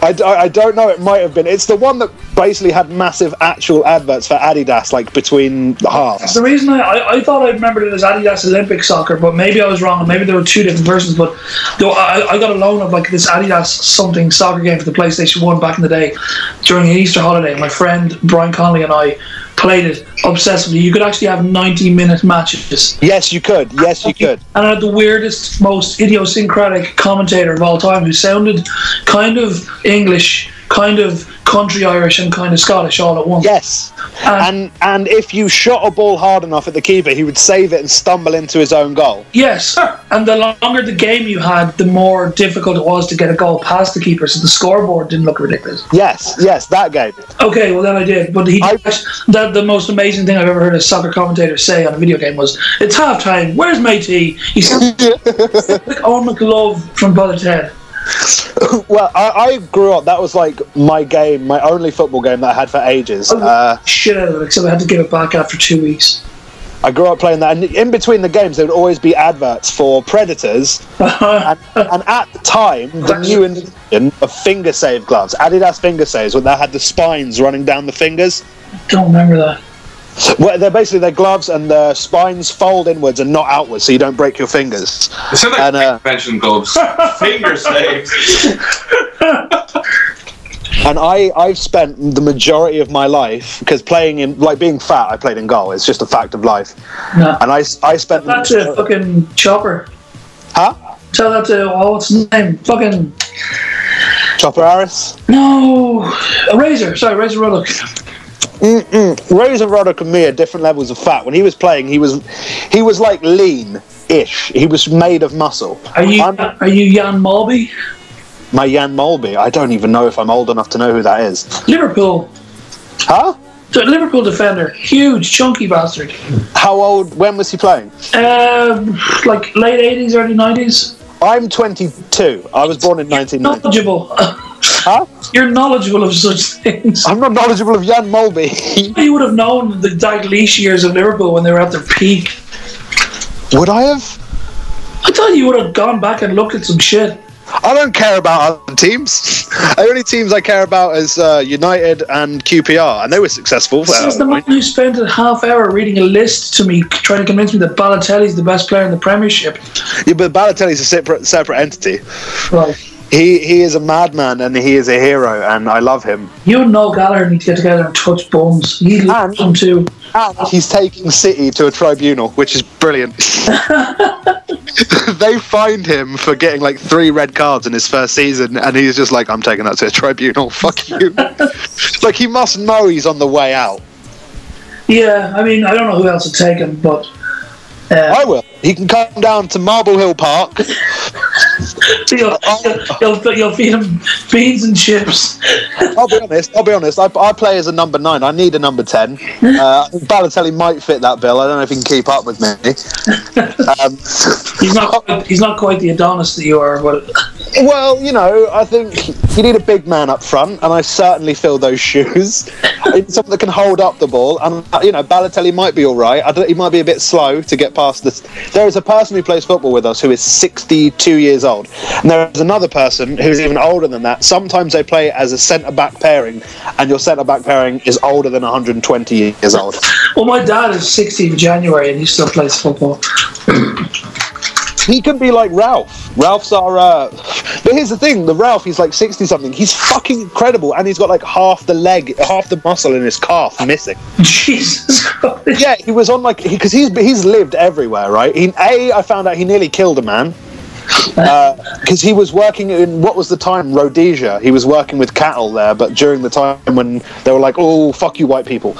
B: I, d- I don't know. It might have been. It's the one that basically had massive actual adverts for Adidas, like between the halves.
C: The reason I, I, I thought I remembered it as Adidas Olympic soccer, but maybe I was wrong, and maybe there were two different versions. But though I, I got a loan of like this Adidas something soccer game for the PlayStation One back in the day during the Easter holiday. My friend Brian Conley and I played it obsessively, you could actually have 90 minute matches.
B: Yes, you could. Yes, you could.
C: And I had the weirdest, most idiosyncratic commentator of all time who sounded kind of English, kind of country Irish, and kind of Scottish all at once.
B: Yes, and and if you shot a ball hard enough at the keeper, he would save it and stumble into his own goal.
C: Yes, and the longer the game you had, the more difficult it was to get a goal past the keeper, so the scoreboard didn't look ridiculous.
B: Yes, yes, that game.
C: Okay, well then I did, but he
B: I-
C: that the most amazing thing I've ever heard a soccer commentator say on a video game was, "It's half time. Where's Matey?" He said, like
B: *laughs*
C: "Owen McLove from Brother Ted."
B: Well, I, I grew up. That was like my game, my only football game that I had for ages. Uh,
C: Shit out of it, except I had to give it back after two weeks.
B: I grew up playing that, and in between the games, there would always be adverts for Predators, and, and at the time, the new invention of finger save gloves, Adidas finger saves, when they had the spines running down the fingers.
C: Don't remember that.
B: Well, they're basically their gloves, and the spines fold inwards and not outwards, so you don't break your fingers.
F: It sounds like
B: And, uh,
F: convention *laughs* gloves. Finger saves.
B: And I, I've spent the majority of my life because playing in, like being fat, I played in goal. It's just a fact of life.
C: No.
B: And I, s- I spent.
C: That's a fucking chopper.
B: Huh?
C: Tell that to oh, what's his name? Fucking
B: Chopper Harris.
C: no, a razor. Sorry, razor Ruddock.
B: Razor Roddick and me are different levels of fat. When he was playing, he was, he was like lean-ish. He was made of muscle.
C: Are you
B: I'm-
C: are you Jan Malby?
B: my Jan Molby. I don't even know if I'm old enough to know who that is.
C: Liverpool.
B: Huh?
C: The Liverpool defender, huge, chunky bastard.
B: How old? When was he playing?
C: Um, like late eighties, early nineties.
B: I'm 22. I was born in 1990.
C: Knowledgeable. *laughs*
B: Huh?
C: You're knowledgeable of such things.
B: I'm not knowledgeable of Jan Molby. *laughs*
C: You would have known the Dalglish years of Liverpool when they were at their peak.
B: Would I have?
C: I thought you would have gone back and looked at some shit.
B: I don't care about other teams. *laughs* the only teams I care about is uh, United and QPR, and they were successful.
C: This is the man who spent a half hour reading a list to me, trying to convince me that Balotelli's the best player in the Premiership.
B: Yeah, but Balotelli's a separate separate entity.
C: Right.
B: He he is a madman and he is a hero, and I love him.
C: You and Noel Gallagher need to get together and touch bones. You love
B: And-
C: them too.
B: And he's taking City to a tribunal, which is brilliant. they fined him for getting like three red cards in his first season, and he's just like, "I'm taking that to a tribunal. *laughs* Fuck you." like he must know he's on the way out.
C: Yeah, I mean, I don't know who else would take him, but uh,
B: I will. He can come down to Marble Hill Park.
C: you'll, you'll, you'll, you'll feed him beans and chips.
B: I'll be honest. I'll be honest. I, I play as a number nine. I need a number ten. Uh, Balotelli might fit that bill. I don't know if he can keep up with me. Um,
C: He's not quite, he's not quite the Adonis that you are, but
B: well, you know, I think you need a big man up front, and I certainly fill those shoes. I need Someone that can hold up the ball, and uh, you know, Balotelli might be all right. I don't, he might be a bit slow to get past this. There is a person who plays football with us who is 62 years old, and there is another person who's even older than that. Sometimes they play as a centre back pairing, and your centre back pairing is older than 120 years old.
C: well, my dad is 60 in January and he still plays football. *laughs*
B: He can be like Ralph. Ralph's our. Uh... But here's the thing: the Ralph, he's like sixty something. He's fucking incredible, and he's got like half the leg, half the muscle in his calf missing.
C: Jesus Christ!
B: Yeah, he was on like because he's he's lived everywhere, right? He, a, I found out he nearly killed a *laughs* man because he was working in what was the time Rhodesia. He was working with cattle there, but during the time when they were like, "Oh, fuck you, white people,"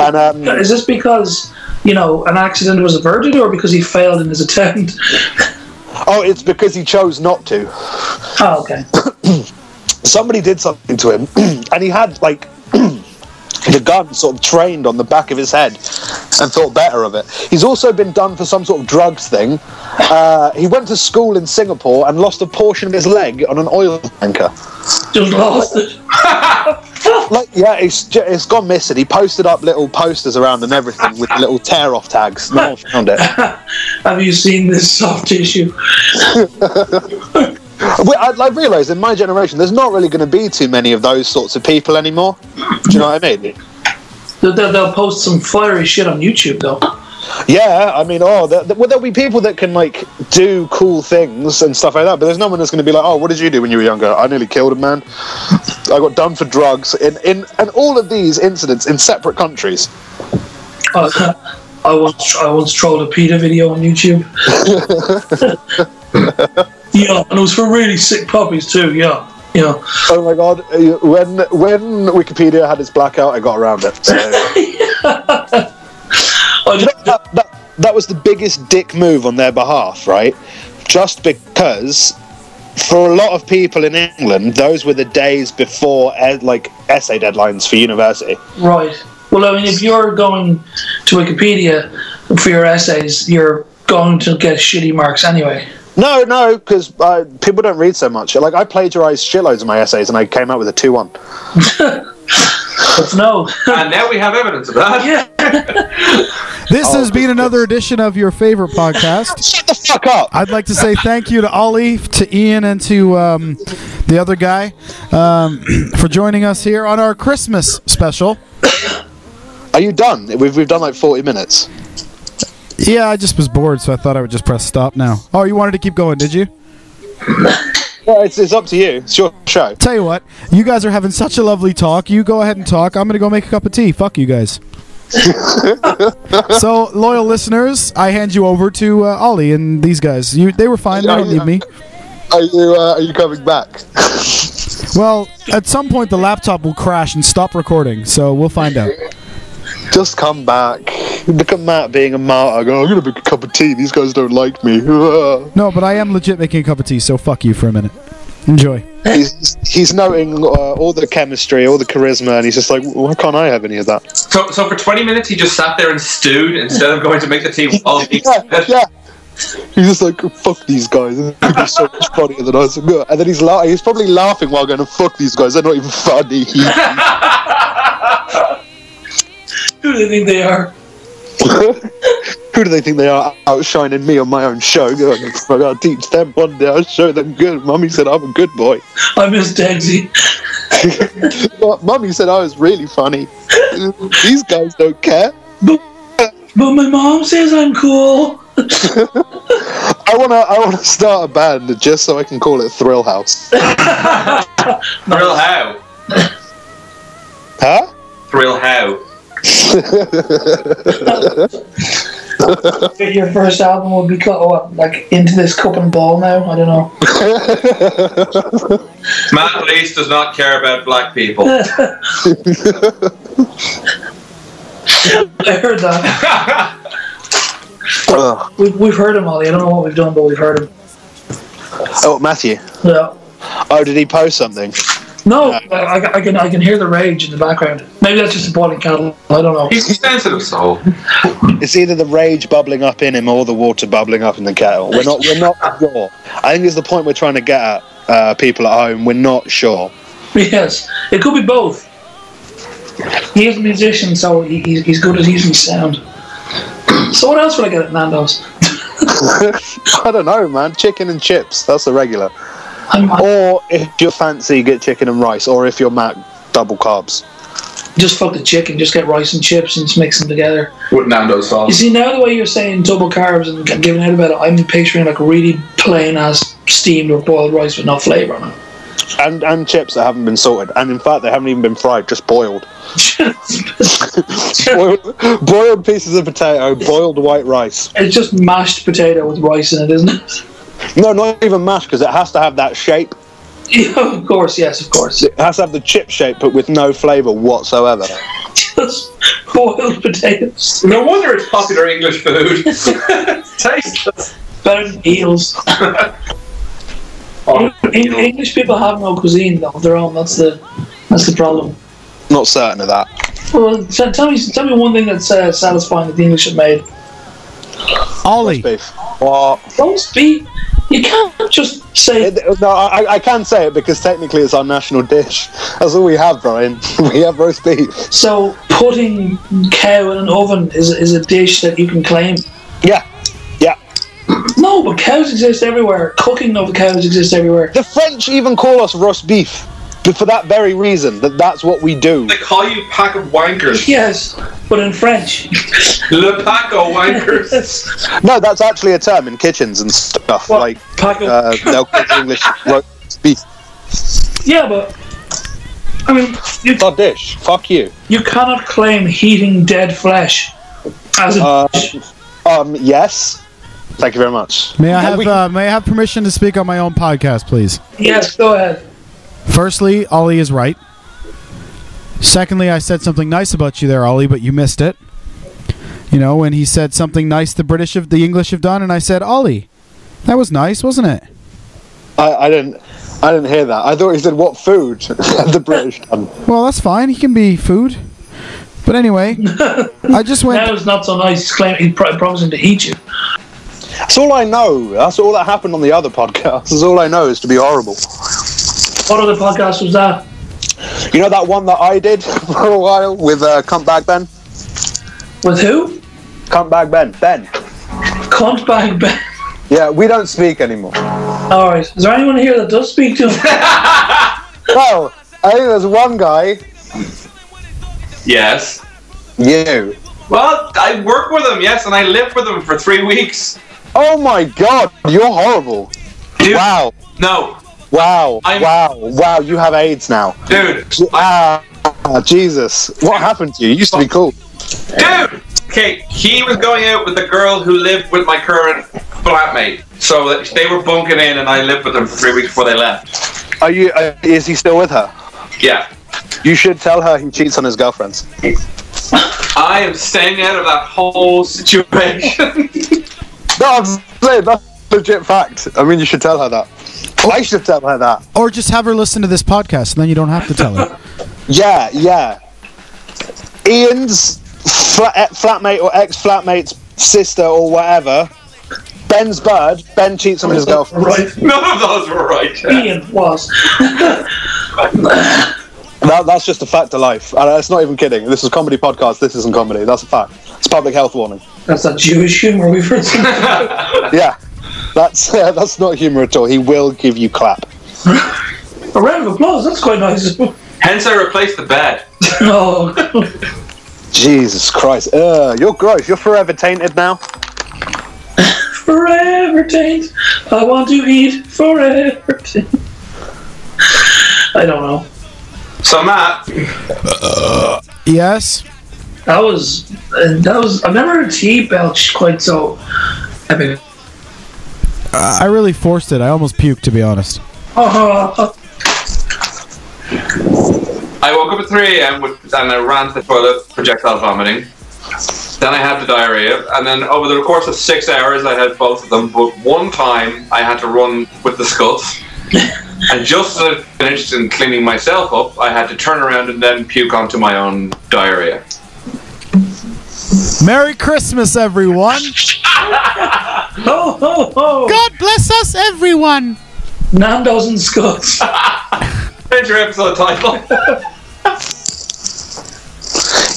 B: and *laughs* um,
C: Is this because you know an accident was averted, or because he failed in his attempt? *laughs*
B: oh, it's because he chose not to.
C: Oh, okay.
B: somebody did something to him *clears throat* and he had like *clears throat* the gun sort of trained on the back of his head and thought better of it he's also been done for some sort of drugs thing uh, he went to school in singapore and lost a portion of his leg on an oil tanker
C: Just lost it.
B: like yeah it's, ju- it's gone missing he posted up little posters around and everything with little tear off tags no one found it
C: Have you seen this soft tissue?
B: We- I, I realise in my generation there's not really going to be too many of those sorts of people anymore do you know what i mean
C: They'll, they'll- they'll post some fiery shit on YouTube though.
B: Yeah, I mean, oh, there, there, well, there'll be people that can like do cool things and stuff like that, but there's no one that's going to be like, oh, what did you do when you were younger? I nearly killed a man. I got done for drugs. In in and all of these incidents in separate countries.
C: I, I once I once trolled a Peter video on YouTube. yeah, and it was for really sick puppies too. Yeah, yeah.
B: Oh my god! uh, When when Wikipedia had its blackout, I got around it. So.
C: I just,
B: that, that, that was the biggest dick move on their behalf, right? Just because for a lot of people in England, those were the days before ed, like essay deadlines for university.
C: Right. Well, I mean, if you're going to Wikipedia for your essays, you're going to get shitty marks anyway.
B: No, no, because uh, people don't read so much. Like I plagiarized shitloads of my essays, and I came out with a two-one.
C: But no. *laughs*
F: And now we have evidence of that.
C: yeah.
E: This
B: Oh,
E: has been another edition of your favorite
B: *laughs*
E: podcast.
B: Shut the fuck up!
E: I'd like to say thank you to Ollie, to Ian, and to um, the other guy um, *clears throat* for joining us here on our Christmas special.
B: Are you done? We've we've done like forty minutes.
E: Yeah, I just was bored, so I thought I would just press stop now. Oh, you wanted to keep going, did you?
B: Well, it's, it's up to you. It's your show.
E: Tell you what, you guys are having such a lovely talk. You go ahead and talk. I'm going to go make a cup of tea. Fuck you guys. so, loyal listeners, I hand you over to uh, Ollie and these guys. You, they were fine. They don't need me.
B: Are you uh, are you coming *laughs* back?
E: Well, at some point, the laptop will crash and stop recording, so we'll find out.
B: Just come back. Look at Matt being a martyr. Go, I'm gonna make a cup of tea. These guys don't like me. *laughs*
E: No, but I am legit making a cup of tea, so fuck you for a minute. Enjoy.
B: he's he's noting uh, all the chemistry, all the charisma, and he's just like, why can't I have any of that?
F: So, so for 20 minutes, he just sat there and stewed instead of going to make the
B: *laughs*
F: team. All being
B: Yeah, yeah. He's just like, fuck these guys. They're gonna be so much funnier than us. And then he's la- he's probably laughing while going, fuck these guys. They're not even funny. *laughs*
C: Who do they think they are?
B: Who do they think they are outshining me on my own show? Going, "Fuck, I'll teach them one day. I'll show them good. Mummy said I'm a good boy.
C: I miss Degsy.
B: Mu- Mummy said I was really funny. These guys don't care.
C: But, but my mom says I'm cool.
B: I wanna I wanna start a band just so I can call it Thrill House.
F: Thrill how?
B: Huh?
F: Thrill how?
C: Your first album would be called what, like Into This Cup and Ball now? I don't know.
F: Matt Lees does not care about black people.
C: I heard that.
B: Ugh.
C: We've, we've heard him, Ollie. I don't know what we've done, but we've heard him.
B: Oh Matthew.
C: Yeah.
B: Oh, did he post something?
C: No, I, I- I can I can hear the rage in the background. Maybe that's just a boiling kettle. I don't know.
F: He's a sensitive soul.
B: It's either the rage bubbling up in him or the water bubbling up in the kettle. We're not *laughs* we're not sure. I think it's the point we're trying to get at, uh, people at home. We're not sure.
C: Yes, it could be both. He is a musician, so he, he's, he's good at using sound. *clears throat* So what else would I get at Nando's?
B: *laughs* I don't know, man. Chicken and chips, that's the regular.
C: I'm, I
B: Or if you're fancy, get chicken and rice, or if you're Mac, double carbs.
C: just fuck the chicken, just get rice and chips and just mix them together.
F: With Nando's
C: You
F: sauce.
C: see, now the way you're saying double carbs and g- giving out about it, I'm picturing like really plain ass steamed or boiled rice with no flavour on it.
B: And and chips that haven't been sorted. And in fact they haven't even been fried, just *laughs* boiled. boiled, boiled pieces of potato, boiled white rice.
C: *laughs* it's just mashed potato with rice in it, isn't it?
B: No, not even mashed because it has to have that shape.
C: yeah, *laughs* of course, yes, of course. *laughs*
B: It has to have the chip shape, but with no flavour whatsoever.
C: Just boiled potatoes.
F: No wonder it's popular English *laughs* food. Tasteless.
C: Better than eels. Eng- Eng- English people have no cuisine of their own. That's the that's the problem.
B: Not certain of that.
C: Well, t- tell me, tell me one thing that's uh, satisfying that the English have made.
E: Ollie,
B: Beef. What?
C: Don't speak. You can't just say
B: It- no, I, I can say it because technically it's our national dish. That's all we have, Brian. *laughs* we have roast beef.
C: so. Putting cow in an oven is is a dish that you can claim.
B: Yeah. Yeah.
C: No, but cows exist everywhere. Cooking of cows exists everywhere.
B: The French even call us roast beef. But for that very reason, that that's what we do.
F: They call you pack of wankers.
C: Yes, but in French. *laughs*
F: Le pack of *laughs* wankers.
C: Yes.
B: No, that's actually a term in kitchens and stuff.
C: What?
B: Like
C: Pack of-
B: uh, they'll kids *laughs* English won't speak
C: yeah, but I mean, you,
B: our dish. Fuck you.
C: you cannot claim heating dead flesh as a
B: Uh, um, yes. Thank you very much.
E: May I have
B: we-
E: uh, may I have permission to speak on my own podcast, please?
C: yes. Go ahead.
E: Firstly, Ollie is right. Secondly, I said something nice about you there, Ollie, but you missed it. You know, when he said something nice the British of the English have done, and I said, Ollie, that was nice, wasn't it?
B: I, I didn't. I didn't hear that. I thought he said what food *laughs* the British done.
E: Well, that's fine. He can be food. But anyway, I just
C: That
E: went.
C: was not so nice. He's claiming he's pro- promising to eat you.
B: That's all I know. That's all that happened on the other podcast. That's all I know is to be horrible.
C: What other podcast was that?
B: You know that one that I did *laughs* for a while with uh, Cuntbag Ben.
C: With who?
B: Cuntbag Ben. Ben.
C: Cuntbag Ben.
B: Yeah, we don't speak anymore.
C: *laughs* All right. Is there anyone here that does speak to him?
B: Well, I think there's one guy.
F: yes.
B: You.
F: Well, I work with them, yes, and I lived with them for three weeks.
B: Oh my god, you're horrible.
F: Dude,
B: Wow.
F: No,
B: Wow.
F: I'm-
B: Wow. Wow, you have AIDS now.
F: dude,
B: Wow. Jesus. What happened to you? You used to be cool.
F: dude. Okay, he was going out with the girl who lived with my current flatmate. So that- they were bunking in, and I lived with them for three weeks before they left.
B: Are you uh, is he still with her?
F: Yeah,
B: You should tell her he cheats on his girlfriends.
F: I am staying out of that whole *laughs* situation.
B: No, I'm saying that's legit fact. I mean you should tell her that. I should tell her that.
E: Or just have her listen to this podcast, and then you don't have to tell
C: *laughs*
E: her.
B: Yeah, yeah. Ian's fla- eh, flatmate or ex flatmate's sister or whatever. Ben's bird. Ben cheats on his girlfriend.
C: right.
F: None of those were right.
C: Ian was.
B: That, that's just a fact of life. And that's not even kidding. This is a comedy podcast. This isn't comedy. That's a fact. It's public health warning.
C: That's that Jewish humor we've heard.
B: Yeah, that's *laughs* uh, that's not humor at all. He will give you clap.
C: A round of applause. That's quite nice. *laughs*
F: Hence, I replaced the bed.
C: oh, *laughs*
B: Jesus Christ! Uh, you're gross. You're forever tainted now.
C: forever taint. I want to eat forever taint. *laughs* I don't know.
F: So Matt,
E: yes.
C: That was uh, that was. I've never heard tea belch quite so. I mean, *laughs*
E: I really forced it. I almost puked, to be honest.
C: oh,
F: I woke up at 3 a.m. with, and I ran to the toilet, projectile vomiting. Then I had the diarrhea, and then over the course of six hours, I had both of them. But one time, I had to run with the *laughs* scuffs, and just as I finished in cleaning myself up, I had to turn around and then puke onto my own diarrhea.
E: Merry Christmas, everyone.
C: oh, oh, oh.
E: God bless us, everyone.
C: Nando's and
F: *laughs*
C: Scots.
F: There's your episode title.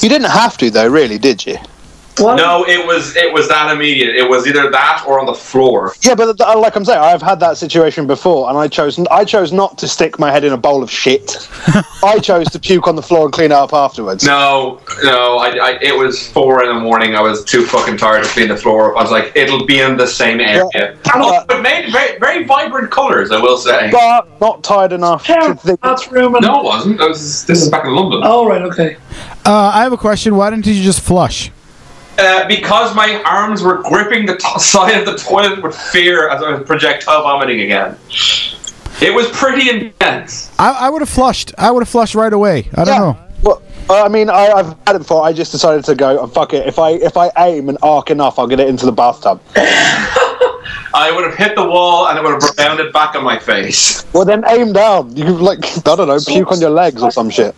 B: You didn't have to though, really, did you?
C: What?
F: no, it was it was that immediate. It was either that or on the floor.
B: Yeah, but th- like I'm saying, I've had that situation before, and I chose I chose not to stick my head in a bowl of shit. I chose to puke on the floor and clean it up afterwards.
F: No, no, I, I, it was four in the morning. I was too fucking tired to clean the floor up. I was like, it'll be in the same area. And also, it made very, very vibrant colours, I will say.
B: But not tired enough to think.
C: bathroom and.
F: no, it wasn't. That was, this is back in London.
C: All right. Okay.
E: Uh, I have a question. Why didn't you just flush?
F: Uh, because my arms were gripping the to *laughs* side of the toilet with fear as I was projectile vomiting again. It was pretty intense.
E: I, I would have flushed. I would have flushed right away. I don't know.
B: Well, I mean, I, I've had it before. I just decided to go. Oh, fuck it. If I if I aim and arc enough, I'll get it into the bathtub.
F: I would have hit the wall and it would have rebounded back on my face.
B: Well, then aim down. You could, like *laughs* I don't know, puke on your legs or some shit.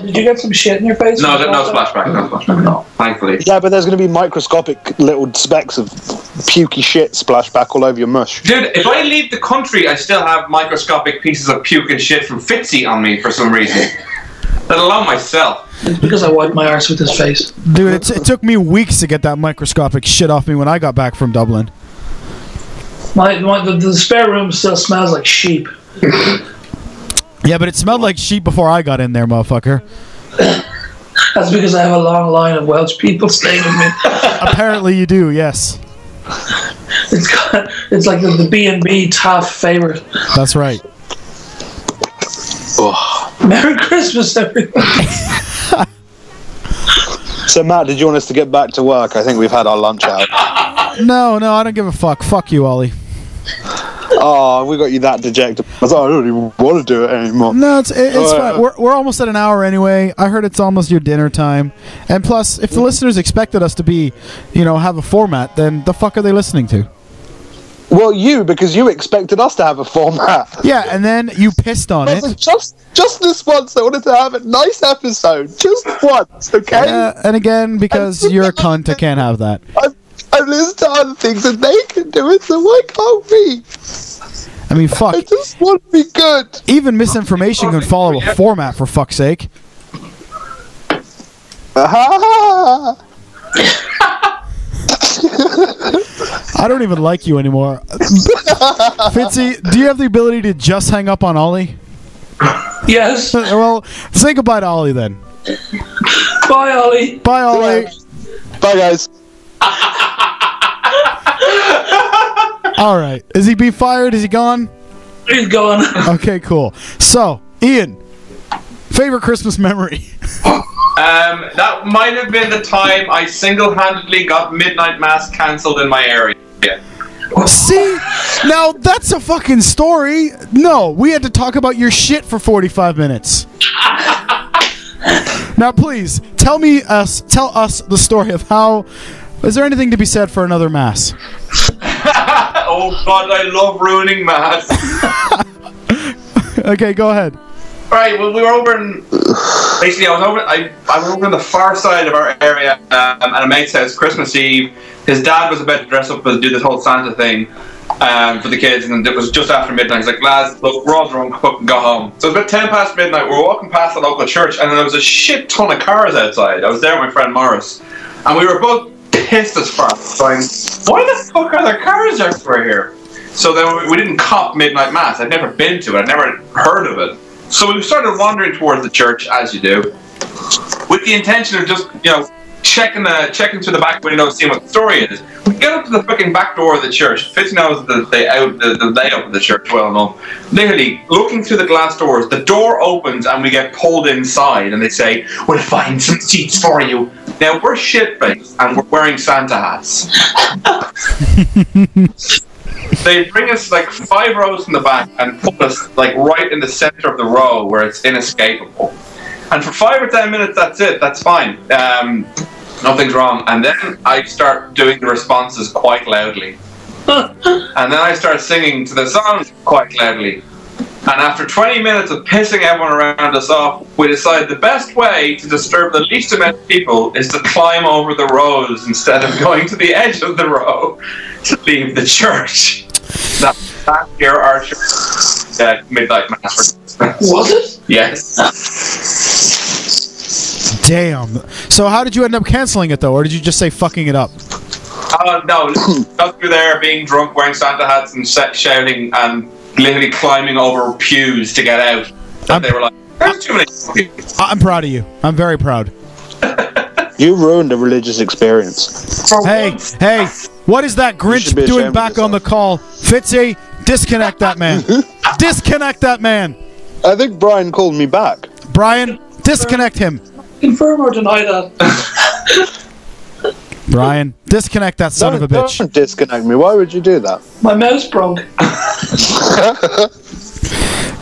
C: Did you get some shit in your face?
F: No, no splashback, no splashback, no. Thankfully.
B: Yeah, but there's going to be microscopic little specks of pukey shit splashed back all over your mush.
F: Dude, if I leave the country, I still have microscopic pieces of puke and shit from Fitzy on me for some reason. Let alone myself.
C: Because I wiped my arse with his face.
E: Dude, it, it took me weeks to get that microscopic shit off me when I got back from Dublin.
C: My, my the, the spare room still smells like sheep.
E: Yeah, but it smelled like sheep before I got in there, motherfucker.
C: That's because I have a long line of Welsh people *laughs* staying with me.
E: Apparently you do, yes.
C: It's got, it's like the B and B top favorite.
E: That's right.
C: Merry Christmas, everyone.
B: So Matt, did you want us to get back to work? I think we've had our lunch
E: *laughs*
B: out.
E: No, no, I don't give a fuck. Fuck you, Ollie.
B: Oh, we got you that dejected. I was like, I don't even want to do it anymore.
E: No, it's it, it's
B: Uh,
E: fine. We're, we're almost at an hour anyway. I heard it's almost your dinner time, and plus, if the listeners expected us to be, you know, have a format, then the fuck are they listening to?
B: Well, you because you expected us to have a format.
E: Yeah, and then you pissed on
B: I
E: it,
B: was like, just just this once. I wanted to have a nice episode, just once, okay?
E: uh, and again because you're a cunt. I can't have that.
B: I've, I've listened to other things and they can do it, so why can't we?
E: I
B: *laughs*
E: mean, fuck.
B: I just want to be good. *laughs*
E: Even misinformation can follow a format for fuck's sake.
B: Ah,
E: I don't even like you anymore. Fitzy, do you have the ability to just hang up on Ollie? *laughs*
C: yes.
E: Well, say goodbye to Ollie then.
C: Bye, Ollie.
E: Bye, Ollie.
B: bye, guys.
E: All right. Is he be fired? Is he gone?
C: He's gone. *laughs*
E: Okay, cool. So, Ian, favorite Christmas memory? *laughs*
F: Um, that might have been the time I single-handedly got midnight mass cancelled in my area.
E: See, now that's a fucking story. No, we had to talk about your shit for 45 minutes. now, please tell me us tell us the story of how. Is there anything to be said for another mass?
F: Oh God, I love ruining mass. *laughs*
E: Okay, go ahead.
F: Right, well, we were over in. Basically, I was over. I, I was over on the far side of our area um, at a mate's house Christmas Eve. His dad was about to dress up and do this whole Santa thing um, for the kids, and it was just after midnight. He's like, lads, look, we're all drunk, fucking go home. So it's about 10 past midnight, we're walking past the local church, and there was a shit ton of cars outside. I was there with my friend Morris, and we were both pissed as fuck, going, why the fuck are there cars everywhere here? So then we- we didn't cop midnight mass. I'd never been to it. I'd never heard of it. So we started wandering towards the church, as you do, with the intention of just you know checking the checking through the back window, seeing what the story is. We get up to the fucking back door of the church. Fitz knows the the, out, the the layout of the church well enough. Literally looking through the glass doors, the door opens and we get pulled inside, and they say, "We'll find some seats for you." Now we're shit faced and we're wearing Santa hats they bring us like five rows in the back and put us like right in the center of the row where it's inescapable. And for five or ten minutes, that's it. That's fine. Um, nothing's wrong. And then I start doing the responses quite loudly. and then I start singing to the songs quite loudly. And after 20 minutes of pissing everyone around us off, we decide the best way to disturb the least amount of people is to climb over the rows instead of *laughs* going to the edge of the row to leave the church. That last year, our church uh, midnight mass. *laughs* for-
C: Was it?
F: yes.
E: Damn. So, how did you end up canceling it though, or did you just say fucking it up?
F: Uh, no, us through there being drunk, wearing Santa hats, and set shouting and literally climbing over pews to get out.
E: I'm-
F: And they were like, "There's too many."
E: I- I'm proud of you. I'm very proud.
B: You ruined a religious experience.
F: For
E: Hey,
F: once,
E: hey, what is that
B: should
E: Grinch
B: be ashamed
E: doing
B: of
E: back on the
B: yourself.
E: call? Fitzy, disconnect
B: *laughs*
E: that man. disconnect that man.
B: I think Brian called me back.
E: Brian, disconnect him.
C: Confirm or deny that?
E: Brian, disconnect that son of
B: Don't-
E: a bitch.
B: Don't disconnect me. Why would you do that?
C: My mouse broke.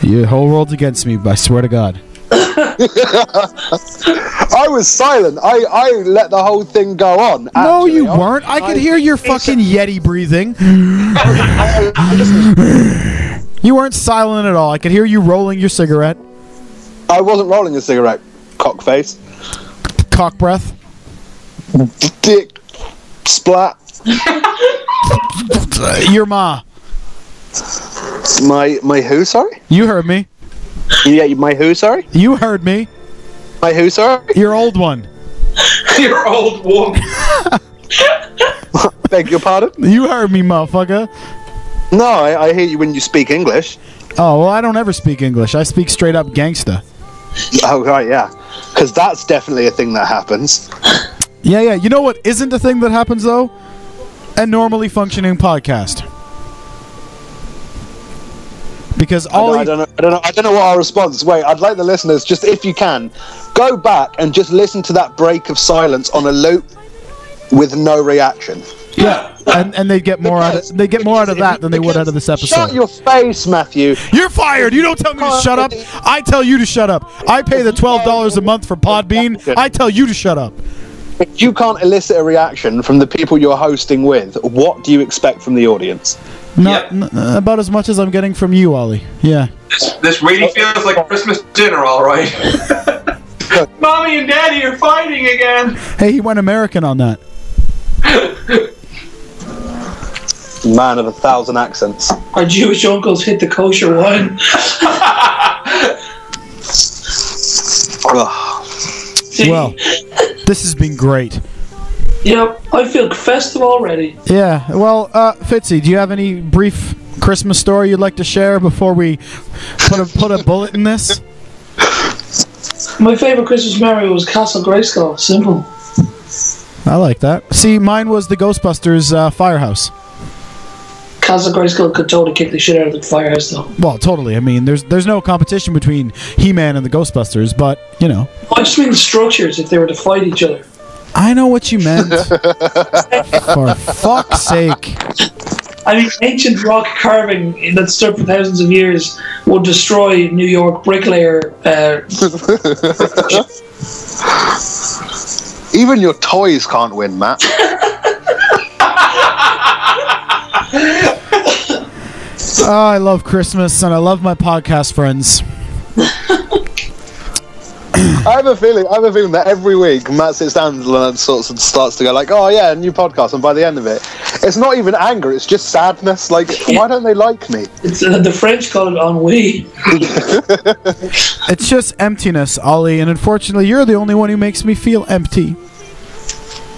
E: Your whole world's against me, I swear to God.
B: I was silent. I, I let the whole thing go on.
E: No,
B: actually.
E: you
B: I-
E: weren't. I could hear your fucking Yeti breathing. You weren't silent at all. I could hear you rolling your cigarette,
B: I wasn't rolling a cigarette, cockface.
E: cock breath.
B: Dick splat.
E: Uh, Your ma.
B: My my who? Sorry.
E: You heard me.
B: Yeah, my who? Sorry.
E: You heard me.
B: My who? Sorry.
E: Your old one.
F: your old woman.
B: Beg your pardon.
E: You heard me, motherfucker.
B: No, I, I hear you when you speak English.
E: Oh, well, I don't ever speak English. I speak straight up gangsta.
B: Oh right, yeah, because that's definitely a thing that happens.
E: Yeah, yeah. You know what isn't a thing that happens, though? A normally functioning podcast. Because all
B: I
E: he-
B: don't know. I don't know. I don't know what our response. Wait, I'd like the listeners just if you can, go back and just listen to that break of silence on a loop with no reaction.
E: yeah, and, and they get more out of, they get more out of that than they would out of this episode.
B: Shut your face, Matthew.
E: You're fired. You don't tell me to shut up. I tell you to shut up. I pay the twelve dollars a month for Podbean. I tell you to shut up.
B: If you can't elicit a reaction from the people you're hosting with, what do you expect from the audience?
E: Not
F: Yeah.
E: n- uh, about as much as I'm getting from you, Ollie. Yeah.
F: This, this really feels like Christmas dinner, all
E: *laughs*
F: right. Mommy and Daddy are fighting again.
E: Hey, he went American on that.
B: Man of a thousand accents.
C: Our Jewish uncles hit the kosher wine.
B: Ugh.
C: See?
E: Well, this has been great.
C: Yep, I feel festive already.
E: Yeah. Well, uh, Fitzy, do you have any brief Christmas story you'd like to share before we put a put a bullet in this?
C: My favourite Christmas memory was Castle Grayskull. Simple.
E: *laughs* I like that. See, mine was the Ghostbusters uh, firehouse.
C: Castle Grayskull could totally kick the shit out of the firehouse though.
E: Well, totally. I mean, there's there's no competition between He-Man and the Ghostbusters, but you know.
C: I just mean the structures if they were to fight each other.
E: I know what
B: *laughs*
E: you meant. For fuck's sake.
C: I mean, ancient rock carving that stood for thousands of years would destroy New York bricklayer. Uh,
B: Even your toys can't win, Matt.
E: Oh, I love Christmas and I love my podcast friends.
B: *laughs* I have a feeling. I have a feeling that every week Matt sits down and learns sorts and starts to go like, "Oh yeah, a new podcast." And by the end of it, it's not even anger; it's just sadness. Like, why don't they like me?
C: it's, uh, the French call it ennui.
E: It's just emptiness, Ollie, and unfortunately, you're the only one who makes me feel empty.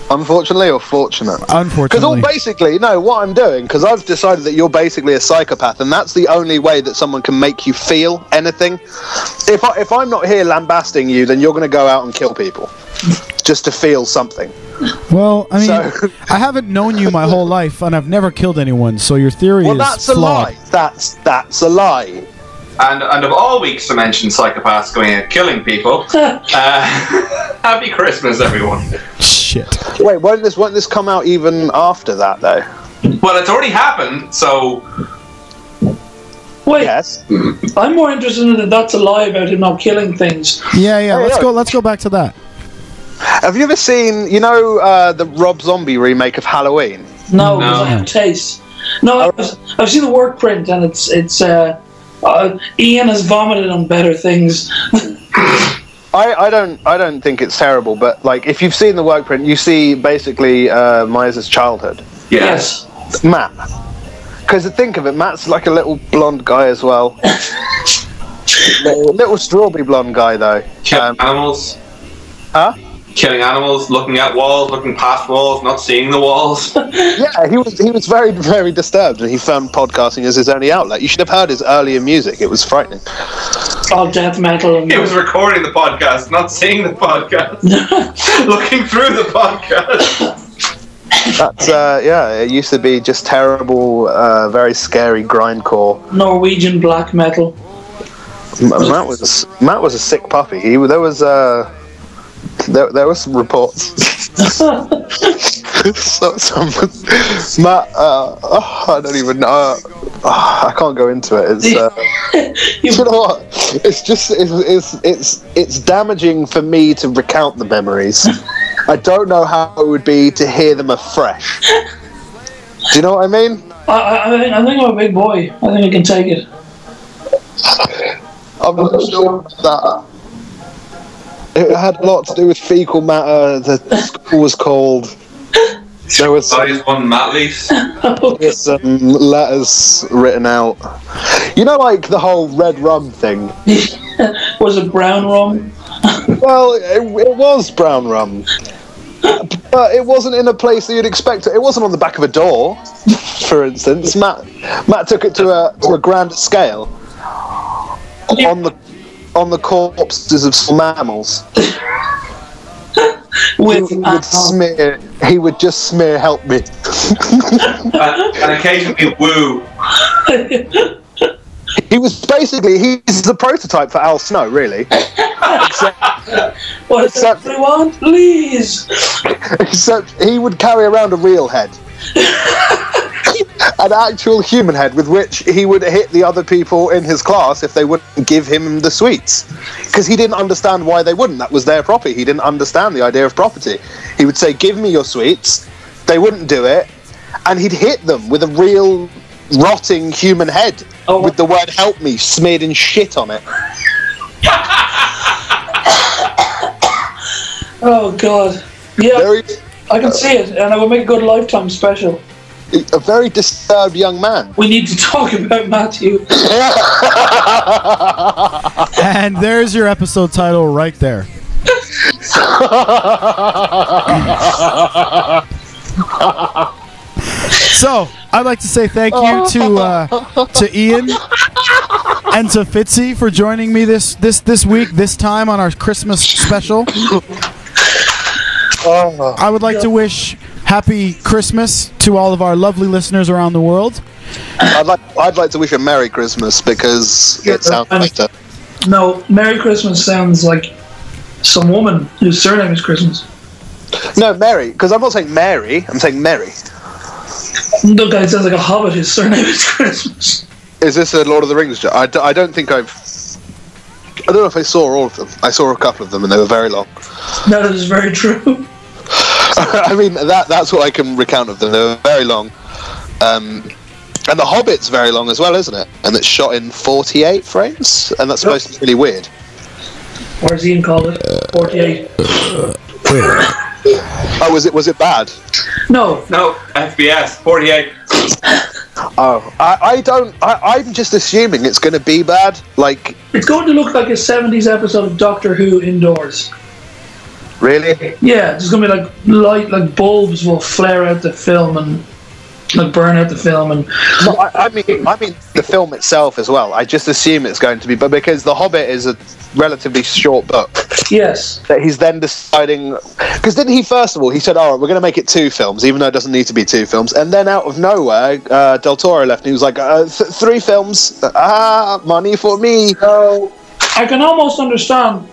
B: Unfortunately or fortunate? Because all
E: Unfortunately.
B: basically, no, what I'm doing, because I've decided that you're basically a psychopath, and that's the only way that someone can make you feel anything. If I, if I'm not here lambasting you, then you're going to go out and kill people just to feel something.
E: Well, I mean,
B: So-
E: I haven't known you my whole life and I've never killed anyone, so your theory
B: Well,
E: is
B: that's a
E: flawed.
B: lie. That's that's a lie.
F: And and of all weeks to mention psychopaths going and
E: *laughs*
F: killing people. uh, *laughs* happy Christmas, everyone.
E: Shit.
B: Wait, won't this won't this come out even after that though?
F: Well, it's already happened, so
C: Wait,
B: Yes.
C: I'm more interested in that that's a lie about him not killing things.
E: Yeah, yeah,
B: Hey,
E: let's
B: look.
E: go let's go back to that.
B: Have you ever seen, you know, uh, the Rob Zombie remake of Halloween?
C: No,
F: No.
C: because I have taste. No, I've, I've seen the work print and it's it's. Uh, uh, Ian has vomited on better things.
B: I, I don't I don't think it's terrible, but like if you've seen the work print, you see basically uh, Myers' childhood.
F: yeah.
C: Yes.
B: Matt. Because think of it, Matt's like a little blonde guy as well. little, little strawberry blonde guy though.
F: Killing
B: Um,
F: animals.
B: huh?
F: Killing animals, looking at walls, looking past walls, not seeing the walls. *laughs*
B: Yeah, he was he was very very disturbed, and he found podcasting as his only outlet. You should have heard his earlier music; it was frightening.
C: All death metal and
F: He was recording the podcast, not seeing the podcast, *laughs* looking through the
B: *laughs*
F: podcast.
B: That's uh, yeah. It used to be just terrible, uh, very scary grindcore.
C: Norwegian black metal.
B: M- Matt was Matt was a sick puppy. He, there was uh, there, there were some reports. *laughs* so, some, Matt, uh, oh, I don't even know. Oh, I can't go into it. It's, uh, you know what? It's just it's, it's it's it's damaging for me to recount the memories. I don't know how it would be to hear them afresh. Do you know what I mean?
C: I, I, I think- I think I'm a big boy. I think I can take it.
B: I'm not sure that. It had a lot to do with fecal matter. The school was called. There was some,
F: Size one mat leaves.
B: some letters written out. You know, like the whole red rum thing.
C: was it brown rum?
B: Well, it, it was brown rum, but it wasn't in a place that you'd expect it. It wasn't on the back of a door, for instance. Matt Matt took it to a to a grand scale. on the on the corpses of small mammals. He
C: With
B: would smear. He would just smear. Help me. *laughs*
F: and, and occasionally woo.
B: He was basically he's the prototype for Al Snow, really.
C: what does
B: Except-
C: everyone please?
B: Except he would carry around a real head. An actual human head with which he would hit the other people in his class if they wouldn't give him the sweets. Because he didn't understand why they wouldn't. That was their property. He didn't understand the idea of property. He would say, Give me your sweets. They wouldn't do it. And he'd hit them with a real rotting human head
C: Oh.
B: with the word help me smeared in shit on it.
C: Oh god. Yeah,
B: Very,
C: I can see it, and I will make a good lifetime special.
B: a very disturbed young man.
C: We need to *laughs* talk about Matthew.
E: And there's your episode title right there. so I'd like to say thank you to uh, to Ian and to Fitzy for joining me this this this week this time on our Christmas special.
B: Oh.
E: I would like to wish happy Christmas to all of our lovely listeners around the world.
B: I'd like I'd like to wish a Merry Christmas because it sounds better.
C: No, Merry Christmas sounds like some woman whose surname is Christmas.
B: No, Merry, because I'm not saying Mary. I'm saying Merry.
C: No guy sounds like a hobbit, his surname is Christmas.
B: Is this a Lord of the Rings? jo- I, d- I don't think I've. I don't know if I saw all of them. I saw a couple of them, and they were very long. *laughs*
C: That is very true.
B: I mean, that that's what I can recount of them. They were very long, um, and The Hobbit's very long as well, isn't it? And it's shot in 48 frames, and that's supposed to be really weird.
C: Or as Ian called it, 48.
B: Oh, was it was it bad?
C: No,
F: No, FBS, 48.
B: Oh, I, I don't. I, I'm just assuming it's going to be bad. Like,
C: it's going to look like a 70s episode of Doctor Who indoors.
B: really?
C: Yeah, there's gonna be like light, like bulbs will flare out the film and like burn out the film, and
B: No, I, I mean, I mean the film itself as well. I just assume it's going to be, but because The Hobbit is a relatively short book,
C: yes,
B: that he's then deciding. Because didn't he first of all he said, "All right, we're going to make it two films, even though it doesn't need to be two films," and then out of nowhere, uh, Del Toro left, and he was like, uh, th- three films, ah, money for me." No.
C: I can almost understand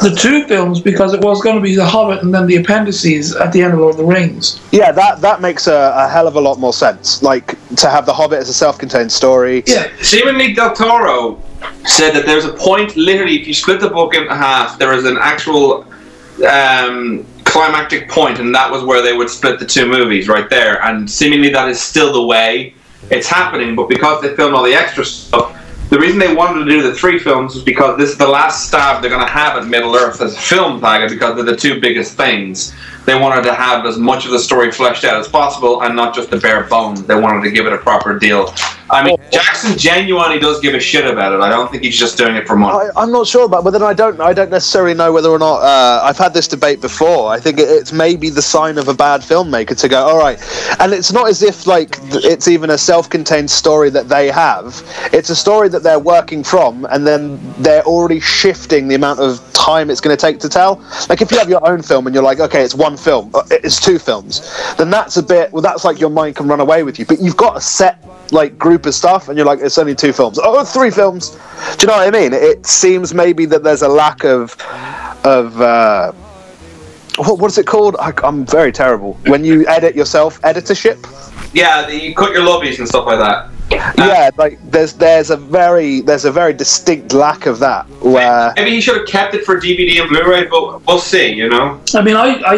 C: the two films because it was going to be The Hobbit and then the appendices at the end of Lord of the Rings.
B: Yeah, that that makes a, a hell of a lot more sense. Like to have The Hobbit as a self-contained story.
C: Yeah,
F: Seemingly Del Toro said that there's a point, literally, if you split the book in half, there is an actual um, climactic point, and that was where they would split the two movies right there. And seemingly that is still the way it's happening, but because they filmed all the extra stuff, the reason they wanted to do the three films was because this is the last stab they're going to have at Middle Earth as a film package because they're the two biggest things. They wanted to have as much of the story fleshed out as possible and not just the bare bones. They wanted to give it a proper deal. I mean, Jackson genuinely does give a shit about it. I don't think he's just doing it for money.
B: I, I'm not sure about, but then I don't. I don't necessarily know whether or not uh, I've had this debate before. I think it, it's maybe the sign of a bad filmmaker to go, all right. And it's not as if like th- it's even a self-contained story that they have. It's a story that they're working from, and then they're already shifting the amount of time it's going to take to tell. Like if you have your own film and you're like, okay, it's one film, uh, it's two films, then that's a bit. Well, that's like your mind can run away with you. But you've got a set like group of stuff and you're like it's only two films oh three films do you know what i mean it seems maybe that there's a lack of of uh what, what is it called I, i'm very terrible when you edit yourself editorship
F: Yeah, you cut your lobbies and stuff like that.
C: Ah.
B: yeah like there's there's a very there's a very distinct lack of that where
F: Maybe he should have kept it for DVD and Blu-ray, but we'll see. You know,
C: I mean, I, I,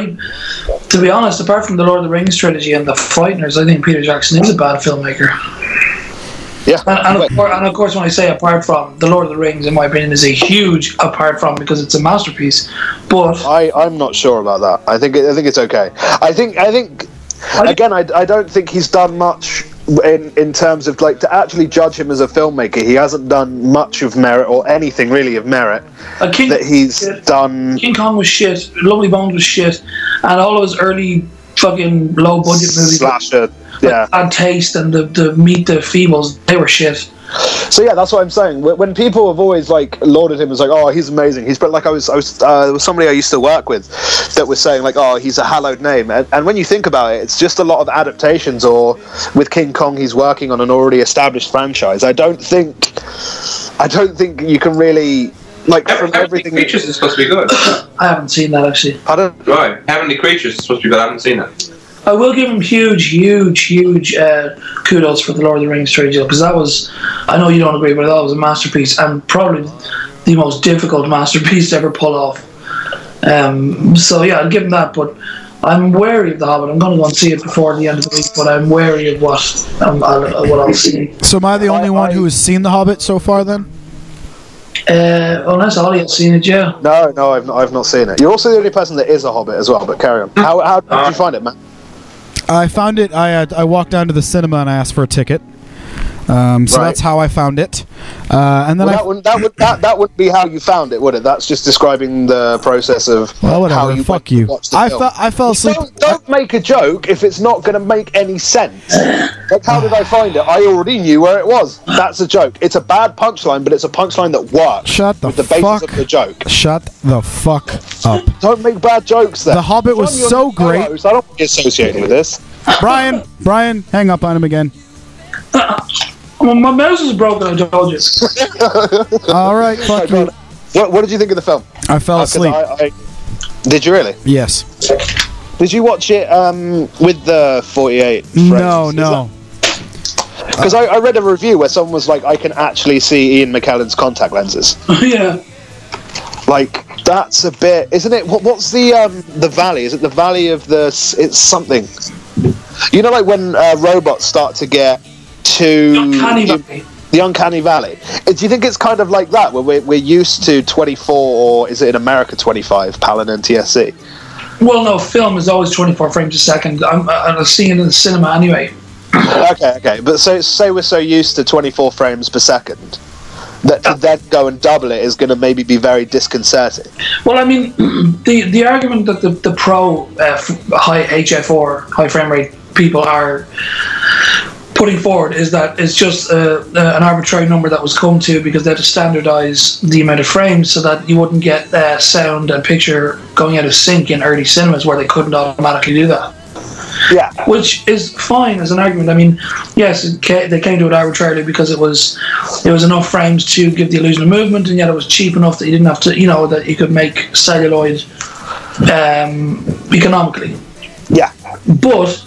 C: to be honest, apart from the Lord of the Rings trilogy and the Frighteners, I think Peter Jackson is a bad filmmaker.
B: yeah
C: And, and, of course, and of course, when I say apart from, The Lord of the Rings, in my opinion, is a huge apart from because it's a masterpiece. But
B: I, I'm not sure about that. I think I think it's okay. I think I think again I, I don't think he's done much in in terms of like to actually judge him as a filmmaker. He hasn't done much of merit or anything really of merit
C: a uh, King,
B: that he's done.
C: King Kong was shit, Lovely Bones was shit, and all those early fucking low budget movies
B: Slasher, yeah.
C: bad taste and the, the Meet the Feebles, they were shit.
B: So yeah, that's what I'm saying. Wh- When people have always like lauded him as like, oh, he's amazing. He's but like I was, I was, uh, there was somebody I used to work with that was saying like, oh, he's a hallowed name. And, and when you think about it, it's just a lot of adaptations. Or with King Kong, he's working on an already established franchise. I don't think, I don't think you can really like from
F: Heavenly
B: everything.
F: Creatures is supposed to be good.
C: I haven't seen that actually.
B: I don't.
F: right. Heavenly Creatures is supposed to be good. I haven't seen it.
C: I will give him huge, huge, huge uh, kudos for the Lord of the Rings trilogy because that was, I know you don't agree, but that was a masterpiece and probably the most difficult *laughs* masterpiece to ever pull off. Um, so yeah, I'll give him that, but I'm wary of the Hobbit. I'm going to go and see it before the end of the week, but I'm wary of what um, I'll, what I'll see.
E: So am I the only one who has seen The Hobbit so far? Then
C: Uh, unless Ollie has seen it, yeah.
B: No, no, I've not, I've not seen it. You're also the only person that is a hobbit as well. But carry on. How, how did you find it, man?
E: I found it. I uh, I walked down to the cinema and I asked for a ticket. Um, so
B: Right.
E: that's how I found it. Uh, and then
B: Well,
E: I
B: that wouldn't that would that, that wouldn't be how you found it, would it? That's just describing the process of
E: Well, whatever.
B: how you went
E: Fuck
B: to
E: you.
B: watch the
E: I
B: film.
E: fell. I fell asleep.
B: Don't, don't make a joke if it's not going to make any sense. Like, how did I find it? I already knew where it was. That's a joke. It's a bad punchline, but it's a punchline that works.
E: Shut the
B: with the basis
E: fuck-
B: of the joke.
E: Shut the fuck up,
B: Don't make bad jokes. Then
E: The Hobbit was
B: John, you're
E: so
B: not
E: great.
B: Heroes. I don't want to be associated with this.
E: Brian. Brian, hang up on him again.
C: Well, my mouse is broken. I told you. *laughs*
B: *laughs*
E: All right, fuck you.
B: What, what did you think of the film? Uh,
E: I fell
B: 'Cause
E: asleep.
B: I- I- did you really?
E: Yes.
B: Did you watch it um, with the 48? Friends?
E: No,
B: Is
E: no.
B: Because I, I read a review where someone was like, "I can actually see Ian McKellen's
C: *laughs*
B: contact lenses."
C: yeah.
B: Like that's a bit, isn't it? What, what's the um, the valley? Is it the valley of the? s- It's something. You know, like when uh, robots start to get to
C: Uncanny Valley.
B: the uncanny valley. Uh, Do you think it's kind of like that, where we're, we're used to 24, or is it in America 25, Paladin TSC?
C: Well, no, film is always 24 frames a second. I'm, uh, I'm seeing it in the cinema anyway.
B: Okay, okay. But so say we're so used to 24 frames per second that to then go and double it is going to maybe be very disconcerting.
C: Well, I mean, *clears throat* the the argument that the, the pro uh, f- high HFR, high frame rate people are putting forward is that it's just uh, uh, an arbitrary number that was come to because they had to standardize the amount of frames so that you wouldn't get uh, sound and picture going out of sync in early cinemas where they couldn't automatically do that.
B: Yeah.
C: which is fine as an argument. I mean, yes, it ca- they came to it arbitrarily because it was it was enough frames to give the illusion of movement, and yet it was cheap enough that you didn't have to, you know, that you could make celluloid um, economically.
B: Yeah.
C: But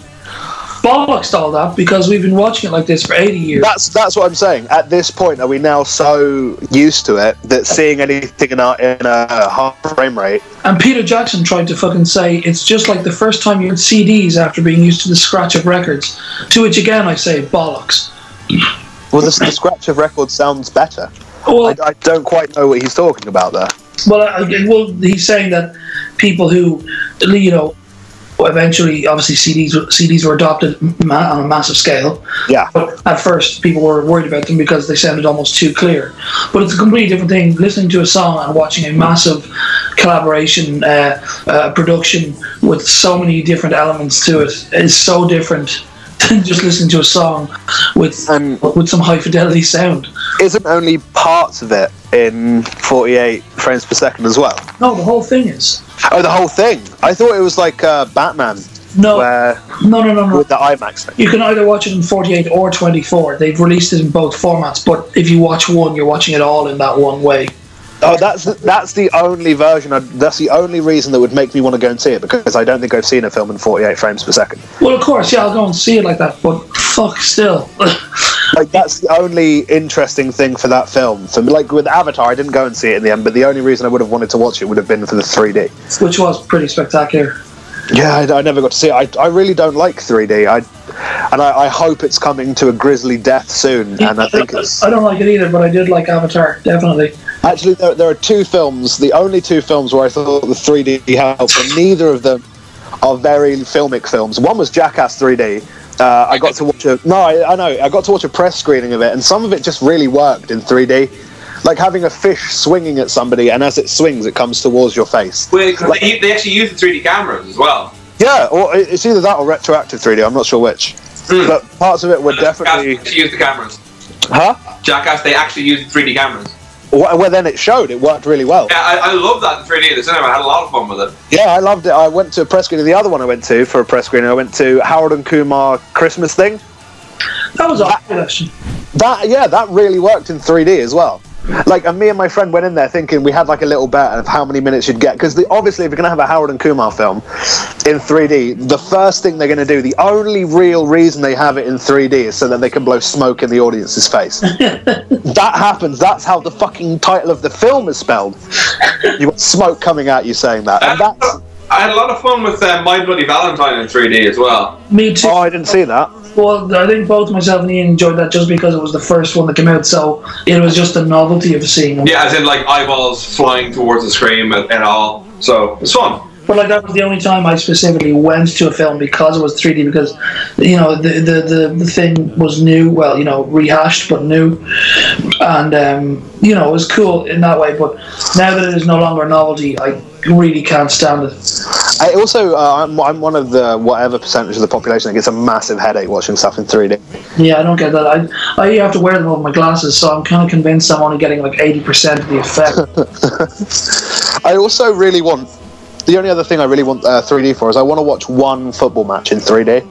C: bollocks to all that because we've been watching it like this for 80 years.
B: That's that's what I'm saying. At this point, are we now so used to it that seeing anything in a, in a half frame rate?
C: And Peter Jackson tried to fucking say it's just like the first time you had CDs after being used to the scratch of records. To which again I say bollocks.
B: Well, the, the scratch of record sounds better.
C: Well,
B: I, I don't quite know what he's talking about there.
C: Well, I, I- well, he's saying that people who, you know, eventually, obviously, CDs were- CDs were adopted ma- on a massive scale.
B: Yeah.
C: But at first, people were worried about them because they sounded almost too clear. But it's a completely different thing listening to a song and watching a massive collaboration uh, uh, production with so many different elements to it is so different *laughs* than just listening to a song with
B: Um,
C: with some high fidelity sound.
B: Isn't only parts of it in 48 frames per second as well?
C: No, the whole thing is
B: Oh, the whole thing. I thought it was like uh, Batman,
C: no,
B: where
C: no, no, no, no.
B: with the IMAX thing.
C: You can either watch it in 48 or 24. They've released it in both formats, but if you watch one, you're watching it all in that one way.
B: Oh, that's that's the only version. I'd, that's the only reason that would make me want to go and see it because I don't think I've seen a film in 48 frames per second.
C: Well, of course, yeah, I'll go and see it like that, but fuck still. *laughs*
B: Like that's the only interesting thing for that film. For me, like with Avatar, I didn't go and see it in the end, but the only reason I would have wanted to watch it would have been for the 3D.
C: Which was pretty spectacular.
B: Yeah, I, I never got to see it. I, I really don't like 3D. I and I, I hope it's coming to a grisly death soon. And I think it's
C: I don't like it either, but I did like Avatar, definitely.
B: Actually, there, there are two films, the only two films where I thought the 3D helped, and neither of them are very filmic films. One was Jackass 3D. Uh, I got to watch a no, I, I know. I got to watch a press screening of it, and some of it just really worked in 3D, like having a fish swinging at somebody, and as it swings, it comes towards your face.
F: Wait, 'cause they, they actually use the 3D cameras as well.
B: Yeah, or it- it's either that or retroactive 3D. I'm not sure which, but parts of it were
F: They
B: definitely
F: actually use the cameras.
B: Huh?
F: Jackass, they actually used 3D cameras.
B: Well, well, then it showed. It worked really well.
F: Yeah, I, I love that in 3D in the cinema. I had a lot of fun with it.
B: Yeah, I loved it. I went to a press screening. The other one I went to for a press screening, I went to Howard and Kumar Christmas thing.
C: That was
B: Ah.
C: all right, actually.
B: That yeah, that really worked in 3D as well. Like, and me and my friend went in there thinking we had like a little bet of how many minutes you'd get because obviously, if you're going to have a Howard and Kumar film in 3D, the first thing they're going to do, the only real reason they have it in 3D is so that they can blow smoke in the audience's face. that happens. That's how the fucking title of the film is spelled. You got smoke coming out you saying that, and that's.
F: I had a lot of fun with uh, My Bloody Valentine in 3D as well.
C: Me too.
B: Oh, I didn't see that.
C: Well, I think both myself and Ian enjoyed that just because it was the first one that came out, so it was just the novelty of seeing them.
F: Yeah, as in like eyeballs flying towards the screen and, and all. So it's fun.
C: But like that was the only time I specifically went to a film because it was 3D because you know the the, the, the thing was new, well you know rehashed but new, and um, you know it was cool in that way. But now that it is no longer a novelty, I really can't stand it.
B: I also, uh, I'm, I'm one of the whatever percentage of the population that gets a massive headache watching stuff in 3D.
C: Yeah, I don't get that. I I have to wear them over my glasses, so I'm kind of convinced I'm only getting like 80% of the *laughs* effect.
B: I also really want the only other thing I really want uh, 3D for is I want to watch one football match in 3D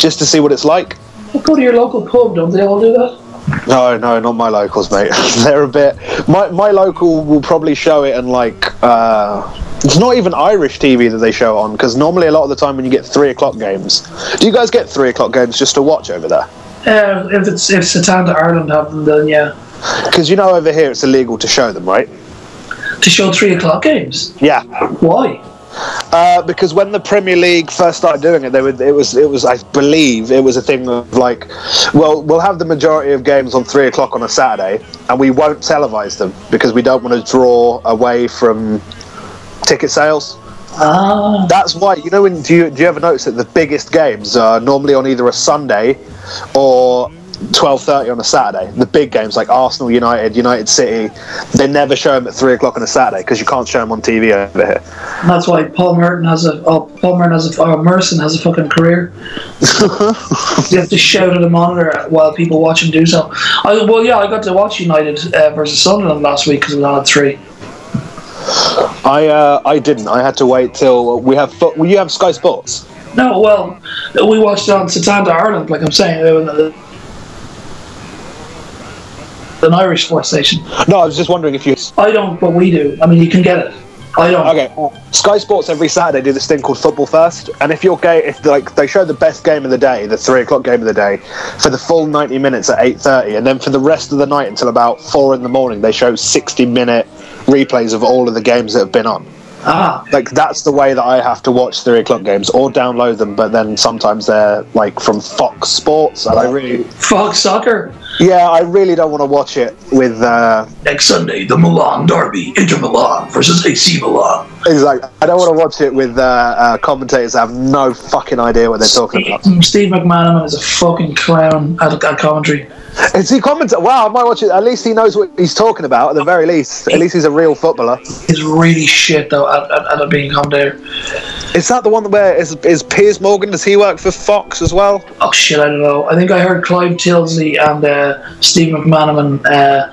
B: just to see what it's like.
C: Go to your local pub, don't they all do that?
B: No, no, not my locals, mate. *laughs* They're a bit. My my local will probably show it, and like uh, it's not even Irish TV that they show it on because normally a lot of the time when you get three o'clock games, do you guys get three o'clock games just to watch over there?
C: Uh, if it's if Satanta Ireland have them, then yeah.
B: Because you know over here it's illegal to show them, right?
C: To show three o'clock games.
B: Yeah,
C: Why?
B: Uh, because when the Premier League first started doing it, they would, it was it was I believe it was a thing of like, well, we'll have the majority of games on three o'clock on a Saturday, and we won't televise them because we don't want to draw away from ticket sales.
C: Ah,
B: That's why you know. When, do you do you ever notice that the biggest games are normally on either a Sunday or twelve thirty on a Saturday? The big games like Arsenal, United, United City, they never show them at three o'clock on a Saturday because you can't show them on TV over here.
C: that's why Paul Merton has a oh, Paul Merton has a oh, Merson has a fucking career. you have to shout at a monitor while people watch him do so. I, well, yeah, I got to watch United uh, versus Sunderland last week because we had three.
B: I uh, I didn't. I had to wait till we have. Fo- well, you have Sky Sports.
C: No, well, we watched it on Satanta Ireland, like I'm saying, they were the- an Irish sports station.
B: No, I was just wondering if you.
C: I don't, but we do. I mean, you can get it. I don't.
B: Okay, Sky Sports every Saturday do this thing called Football First, and if your game, if like they show the best game of the day, the three o'clock game of the day, for the full ninety minutes at eight thirty, and then for the rest of the night until about four in the morning, they show sixty minute replays of all of the games that have been on.
C: Ah,
B: Like that's the way that I have to watch three o'clock games or download them, but then sometimes they're like from Fox Sports, and I really,
C: Fox Soccer.
B: yeah, I really don't want to watch it with. Uh,
C: Next Sunday, the Milan Derby, Inter Milan versus AC Milan.
B: He's like, I don't want to watch it with uh, uh, commentators that have no fucking idea what they're
C: *laughs*
B: talking about.
C: Steve McManaman is a fucking clown at, at commentary.
B: Is he commentator? Wow, I might watch it. At least he knows what he's talking about, at the very least. At least he's a real footballer.
C: He's really shit though at, at, at being commentator.
B: Is that the one where is, is Piers Morgan? Does he work for Fox as well?
C: Oh shit, I don't know. I think I heard Clive Tilsley and uh, Steve McManaman uh,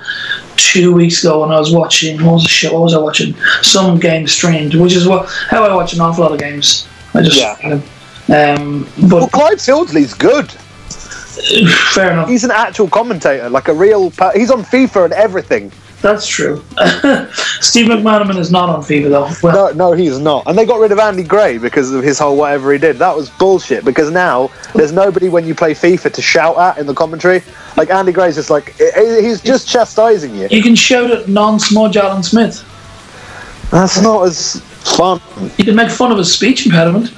C: two weeks ago when I was watching. What was the shit? What was I watching? Some game streamed, which is what how I watch an awful lot of games. I just
B: Yeah.
C: um,
B: Well,
C: but *laughs*
B: Clive Tildesley's good.
C: fair enough.
B: He's an actual commentator, like a real. Per- he's on FIFA and everything.
C: That's true. *laughs* Steve McManaman is not on FIFA though. Well,
B: No, no, he's not. And they got rid of Andy Gray because of his whole whatever he did. That was bullshit. Because now there's nobody when you play FIFA to shout at in the commentary. Like Andy Gray's just like he- he's just chastising you.
C: you can shout at non-smudge Alan Smith.
B: That's not as fun.
C: You can make fun of his speech impediment.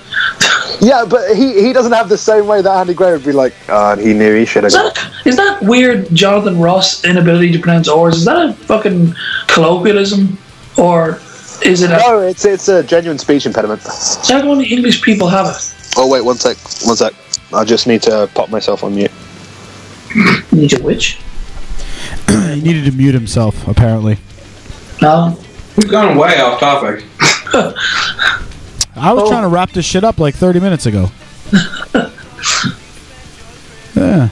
B: Yeah, but he he doesn't have the same way that Andy Gray would be like. God, he knew he should have.
C: Is
B: gone."
C: that, is that weird Jonathan Ross inability to pronounce oars? Is that a fucking colloquialism? Or is it a.
B: No, it's it's a genuine speech impediment.
C: How come only English people have it?
B: Oh wait, one sec, one sec. I just need to pop myself on mute.
C: Need a witch?
E: He needed to mute himself, apparently.
C: No.
F: We've gone way off topic.
E: I was trying to wrap this shit up like 30 minutes *laughs* ago. yeah.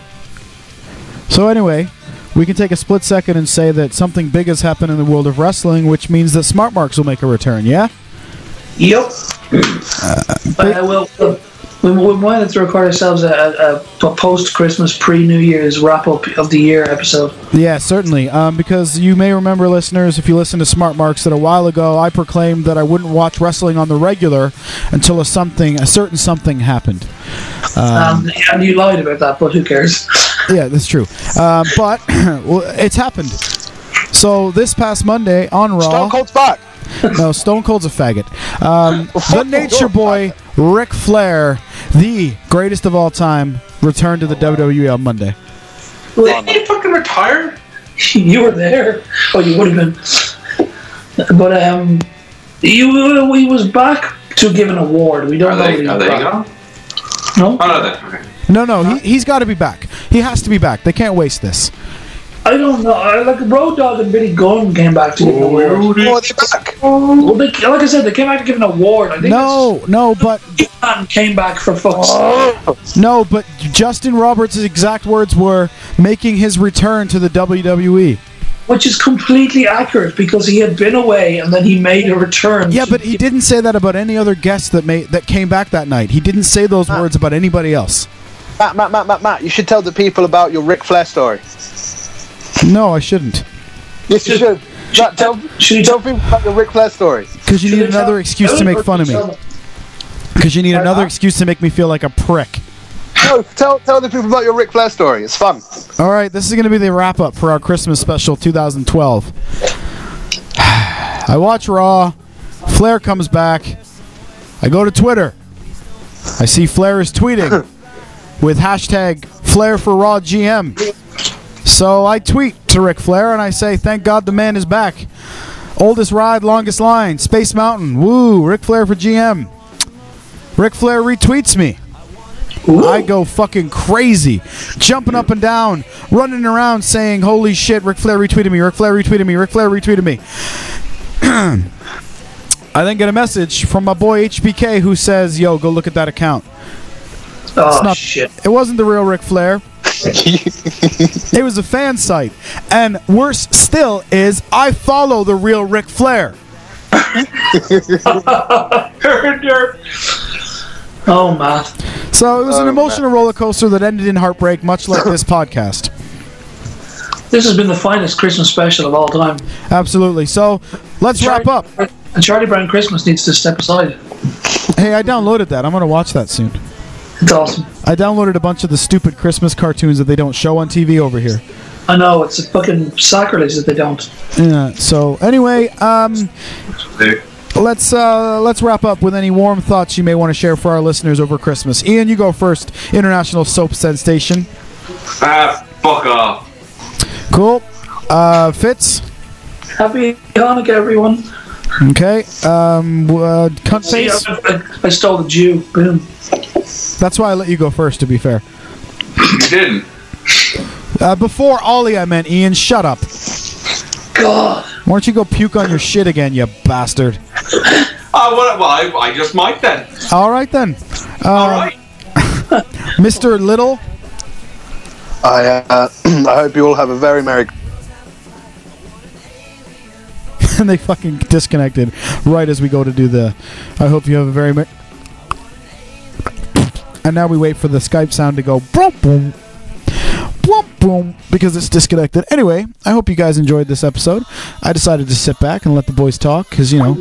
E: So anyway, we can take a split second and say that something big has happened in the world of wrestling, which means that Smart Marks will make a return, yeah?
C: Yep. Uh, we'll, we'll- we, we might have to record ourselves a, a, a post Christmas, pre New Year's wrap up of the year episode.
E: Yeah, certainly. Um, because you may remember, listeners, if you listen to Smart Marks, that a while ago I proclaimed that I wouldn't watch wrestling on the regular until a something, a certain something happened.
C: Um, and you lied about that, but who cares?
E: Yeah, that's true. Um, but *coughs* well, it's happened. So this past Monday on Raw,
B: Stone Cold's back.
E: no, Stone Cold's a faggot. Um, the Nature Boy, Ric Flair, the greatest of all time, returned to the WWE on Monday.
F: Didn't he fucking retire?
C: *laughs* you were there. Oh, you would have been. But um, he, wa- he was back to give an award. We don't
F: Are
C: know.
F: they, are
C: what
F: they
C: he was
F: gone?
C: back. No,
F: Oh, no, they're okay.
E: No, no, he, he's got to be back. He has to be back. They can't waste this.
C: I don't know. I, like Road Dogg and Billy Gunn came back to give an award.
B: Oh, are they back?
C: Well, they, like I said, they came back to give an award. I think
E: No, no, but
C: it's- Hitman came back for fucks.
E: no, but Justin Roberts' exact words were making his return to the E. WWE.
C: Which is completely accurate because he had been away and then he made a return.
E: Yeah, but he didn't say that about any other guest that made that came back that night. He didn't say those words about anybody else.
B: Matt, Matt, Matt, Matt, Matt. You should tell the people about your Ric Flair story.
E: No, I shouldn't.
B: Yes, you should. Matt, tell,
C: should he
B: tell people about your Ric Flair story.
E: Because you need another excuse to make fun of me. Because you need another excuse to make me feel like a prick.
B: No, tell tell the people about your Ric Flair story. It's fun.
E: All right, this is going to be the wrap up for our Christmas special 2012. *sighs* I watch Raw. Flair comes back. I go to Twitter. I see Flair is tweeting with hashtag Flair for Raw GM. So I tweet to Ric Flair and I say, Thank God the man is back. Oldest ride, longest line, Space Mountain. Woo, Ric Flair for GM. Ric Flair retweets me. I go fucking crazy, jumping up and down, running around saying, "Holy shit!" Ric Flair retweeted me. Ric Flair retweeted me. Ric Flair retweeted me. *clears throat* I then get a message from my boy HBK who says, "Yo, go look at that account."
C: Oh,
E: not-
C: shit. *laughs*
E: It wasn't the real Ric Flair. it was a fan site, and worse still is I follow the real Ric Flair.
C: Oh, Matt.
E: So it was an emotional roller coaster that ended in heartbreak, much like this podcast.
C: This has been the finest Christmas special of all time.
E: Absolutely. So let's wrap up.
C: And Charlie Brown Christmas needs to step aside.
E: Hey, I downloaded that. I'm gonna watch that soon.
C: It's awesome.
E: I downloaded a bunch of the stupid Christmas cartoons that they don't show on TV over here.
C: I know, it's a fucking sacrilege that they don't.
E: Yeah. So anyway, um,
F: They-
E: let's uh, let's wrap up with any warm thoughts you may want to share for our listeners over Christmas. Ian, you go first. International soap sensation.
F: Ah, fuck off.
E: Cool. Uh, Fitz.
C: Happy Hanukkah, everyone.
E: Okay. Um, uh, cunt
C: See,
E: face.
C: I, I stole the Jew. Boom.
E: That's why I let you go first. To be fair.
F: You didn't.
E: Uh, before Ollie, I meant Ian. Shut up.
C: God.
E: Why don't you go puke on your shit again, you bastard?
F: Oh, well, well I, I just might then.
E: All right then,
F: All right.
E: Mr. Little.
B: I uh, *clears throat* I hope you all have a very merry.
E: and *laughs* they fucking disconnected right as we go to do the. I hope you have a very. Mer- and now we wait for the Skype sound to go boom boom. Boom, boom, because it's disconnected. Anyway, I hope you guys enjoyed this episode. I decided to sit back and let the boys talk because, you know,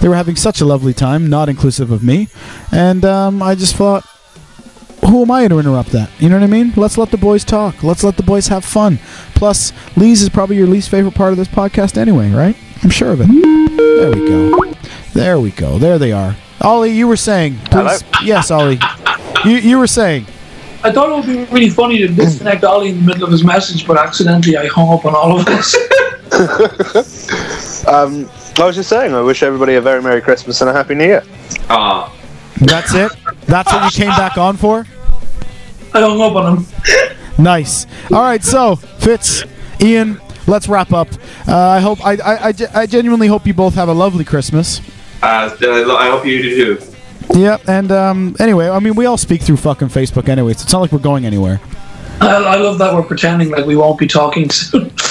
E: they were having such a lovely time, not inclusive of me. And um, I just thought, who am I to interrupt that? You know what I mean? Let's let the boys talk. Let's let the boys have fun. Plus, Lee's is probably your least favorite part of this podcast anyway, right? I'm sure of it. There we go. There we go. There they are. Ollie, you were saying. Please. Yes, Ollie. You, you were saying.
C: I thought it would be really funny to disconnect Ollie in the middle of his message, but accidentally I hung up on all of us. *laughs*
B: Um, I was just saying, I wish everybody a very merry Christmas and a happy New Year.
F: Ah.
E: That's it? That's what you came back on for?
C: I hung up on him.
E: Nice. All right, so, Fitz, Ian, let's wrap up. Uh, I hope I, I, I, ge- I genuinely hope you both have a lovely Christmas.
F: Uh, I hope you do too.
E: Yep, and um, anyway, I mean, we all speak through fucking Facebook anyway, so it's not like we're going anywhere.
C: I, I love that we're pretending like we won't be talking soon. *laughs*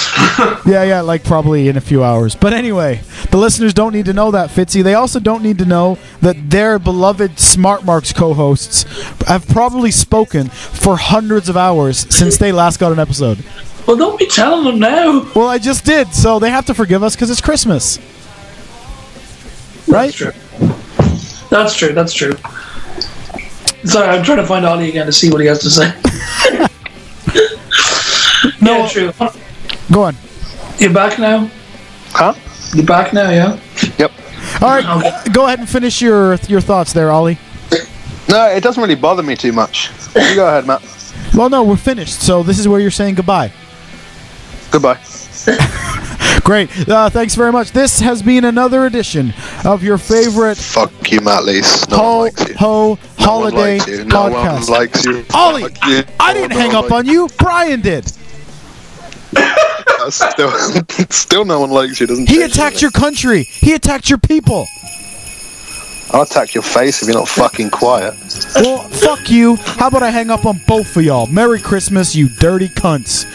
E: Yeah, yeah, like probably in a few hours. But anyway, the listeners don't need to know that, Fitzy. They also don't need to know that their beloved Smart Marks co hosts have probably spoken for hundreds of hours since they last got an episode.
C: well, don't be telling them now.
E: Well, I just did, so they have to forgive us because it's Christmas. Right?
C: That's true. That's true. That's true. Sorry, I'm trying to find Ollie again to see what he has to say. *laughs* no, yeah, true.
E: Go on.
C: You're back now.
B: Huh?
C: You're back now. Yeah.
B: Yep.
E: All right,
C: Um,
E: uh, go ahead and finish your your thoughts there, Ollie.
B: No, it doesn't really bother me too much. You go ahead, Matt.
E: Well, no, we're finished, so this is where you're saying goodbye.
B: Goodbye.
E: Great. Uh, thanks very much. This has been another edition of your favorite
B: Fuck you, Matt Lees. No
E: Ho
B: one likes you.
E: Ho
B: No one
E: Holiday
B: likes you. No
E: Podcast.
B: one likes you.
E: Ollie,
B: Fuck you. *laughs*
E: I didn't
B: No
E: hang
B: one
E: up on you. Brian did.
B: likes- Still, still, no one likes you. Doesn't
E: He
B: change
E: attacked your country. He attacked your people.
B: anything. I'll attack your face if you're not fucking quiet.
E: Well, fuck you. How about I hang up on both of y'all? Merry Christmas, you dirty cunts.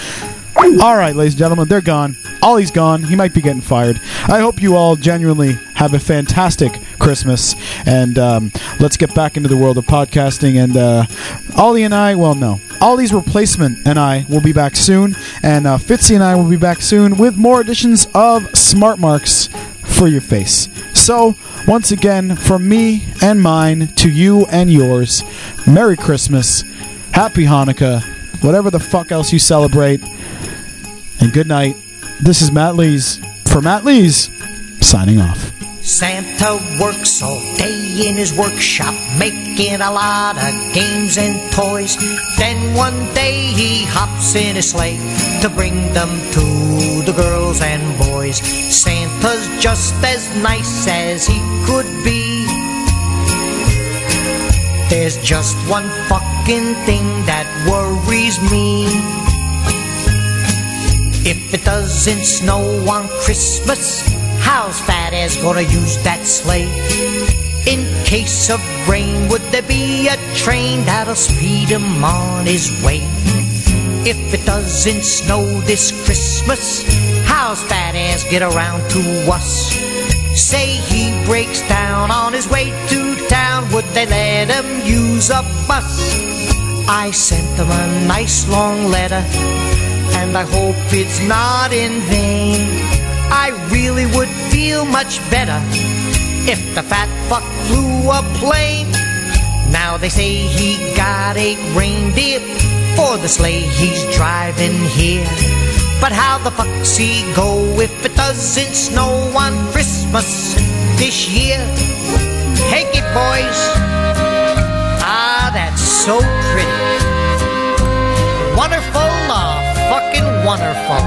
E: All right, ladies and gentlemen, they're gone. Ollie's gone. He might be getting fired. I hope you all genuinely have a fantastic Christmas. And um, let's get back into the world of podcasting. And uh, Ollie and I, well, no. Ollie's replacement and I will be back soon. And uh, Fitzy and I will be back soon with more editions of Smart Marks for your face. So, once again, from me and mine to you and yours, Merry Christmas, Happy Hanukkah, whatever the fuck else you celebrate, and good night. This is Matt Lees for Matt Lees, signing off.
G: Santa works all day in his workshop, making a lot of games and toys. Then one day he hops in his sleigh to bring them to the girls and boys. Santa's just as nice as he could be. There's just one fucking thing that worries me. If it doesn't snow on Christmas, how's Fat Ass gonna use that sleigh? In case of rain, would there be a train that'll speed him on his way? If it doesn't snow this Christmas, how's Fat Ass get around to us? Say he breaks down on his way to town, would they let him use a bus? I sent them a nice long letter and I hope it's not in vain. I really would feel much better if the fat fuck flew a plane. Now they say he got eight reindeer for the sleigh he's driving here. But how the fuck's he go if it doesn't snow on Christmas this year? Take it, boys. Ah, that's so pretty wonderful, uh, fucking wonderful.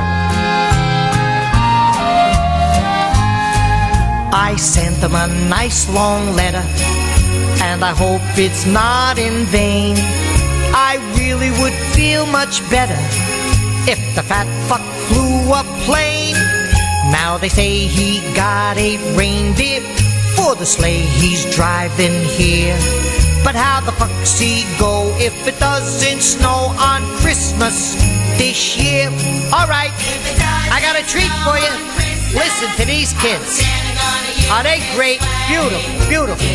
G: I sent them a nice long letter, and I hope it's not in vain. I really would feel much better if the fat fuck flew a plane. Now they say he got a reindeer for the sleigh he's driving here. But how the fuck's he go if it doesn't snow on Christmas this year? Alright, I got a treat for you. Listen to these kids. Are they great? Beautiful, beautiful.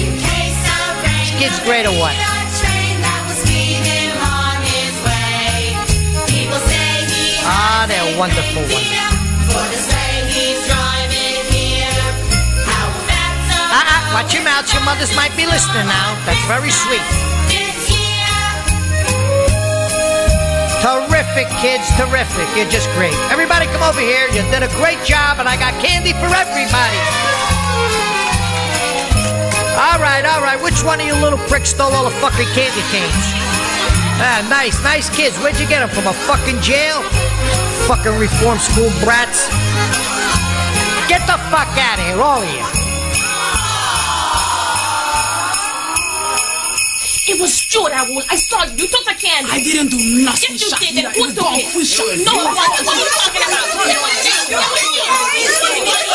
G: Kids great or what? Ah, they're wonderful ones. Uh uh, watch your mouth. Your mothers might be listening now. That's very sweet. Terrific, kids. Terrific. You're just great. Everybody, come over here. You did a great job, and I got candy for everybody. All right, all right. Which one of you little pricks stole all the fucking candy canes? Ah, nice, nice kids. Where'd you get them from? A fucking jail? Fucking reform school brats. Get the fuck out of here, all of you.
H: It was you that was. I saw you took the candy. I didn't do nothing. Yes, you did. And who took it? No, what are you talking about?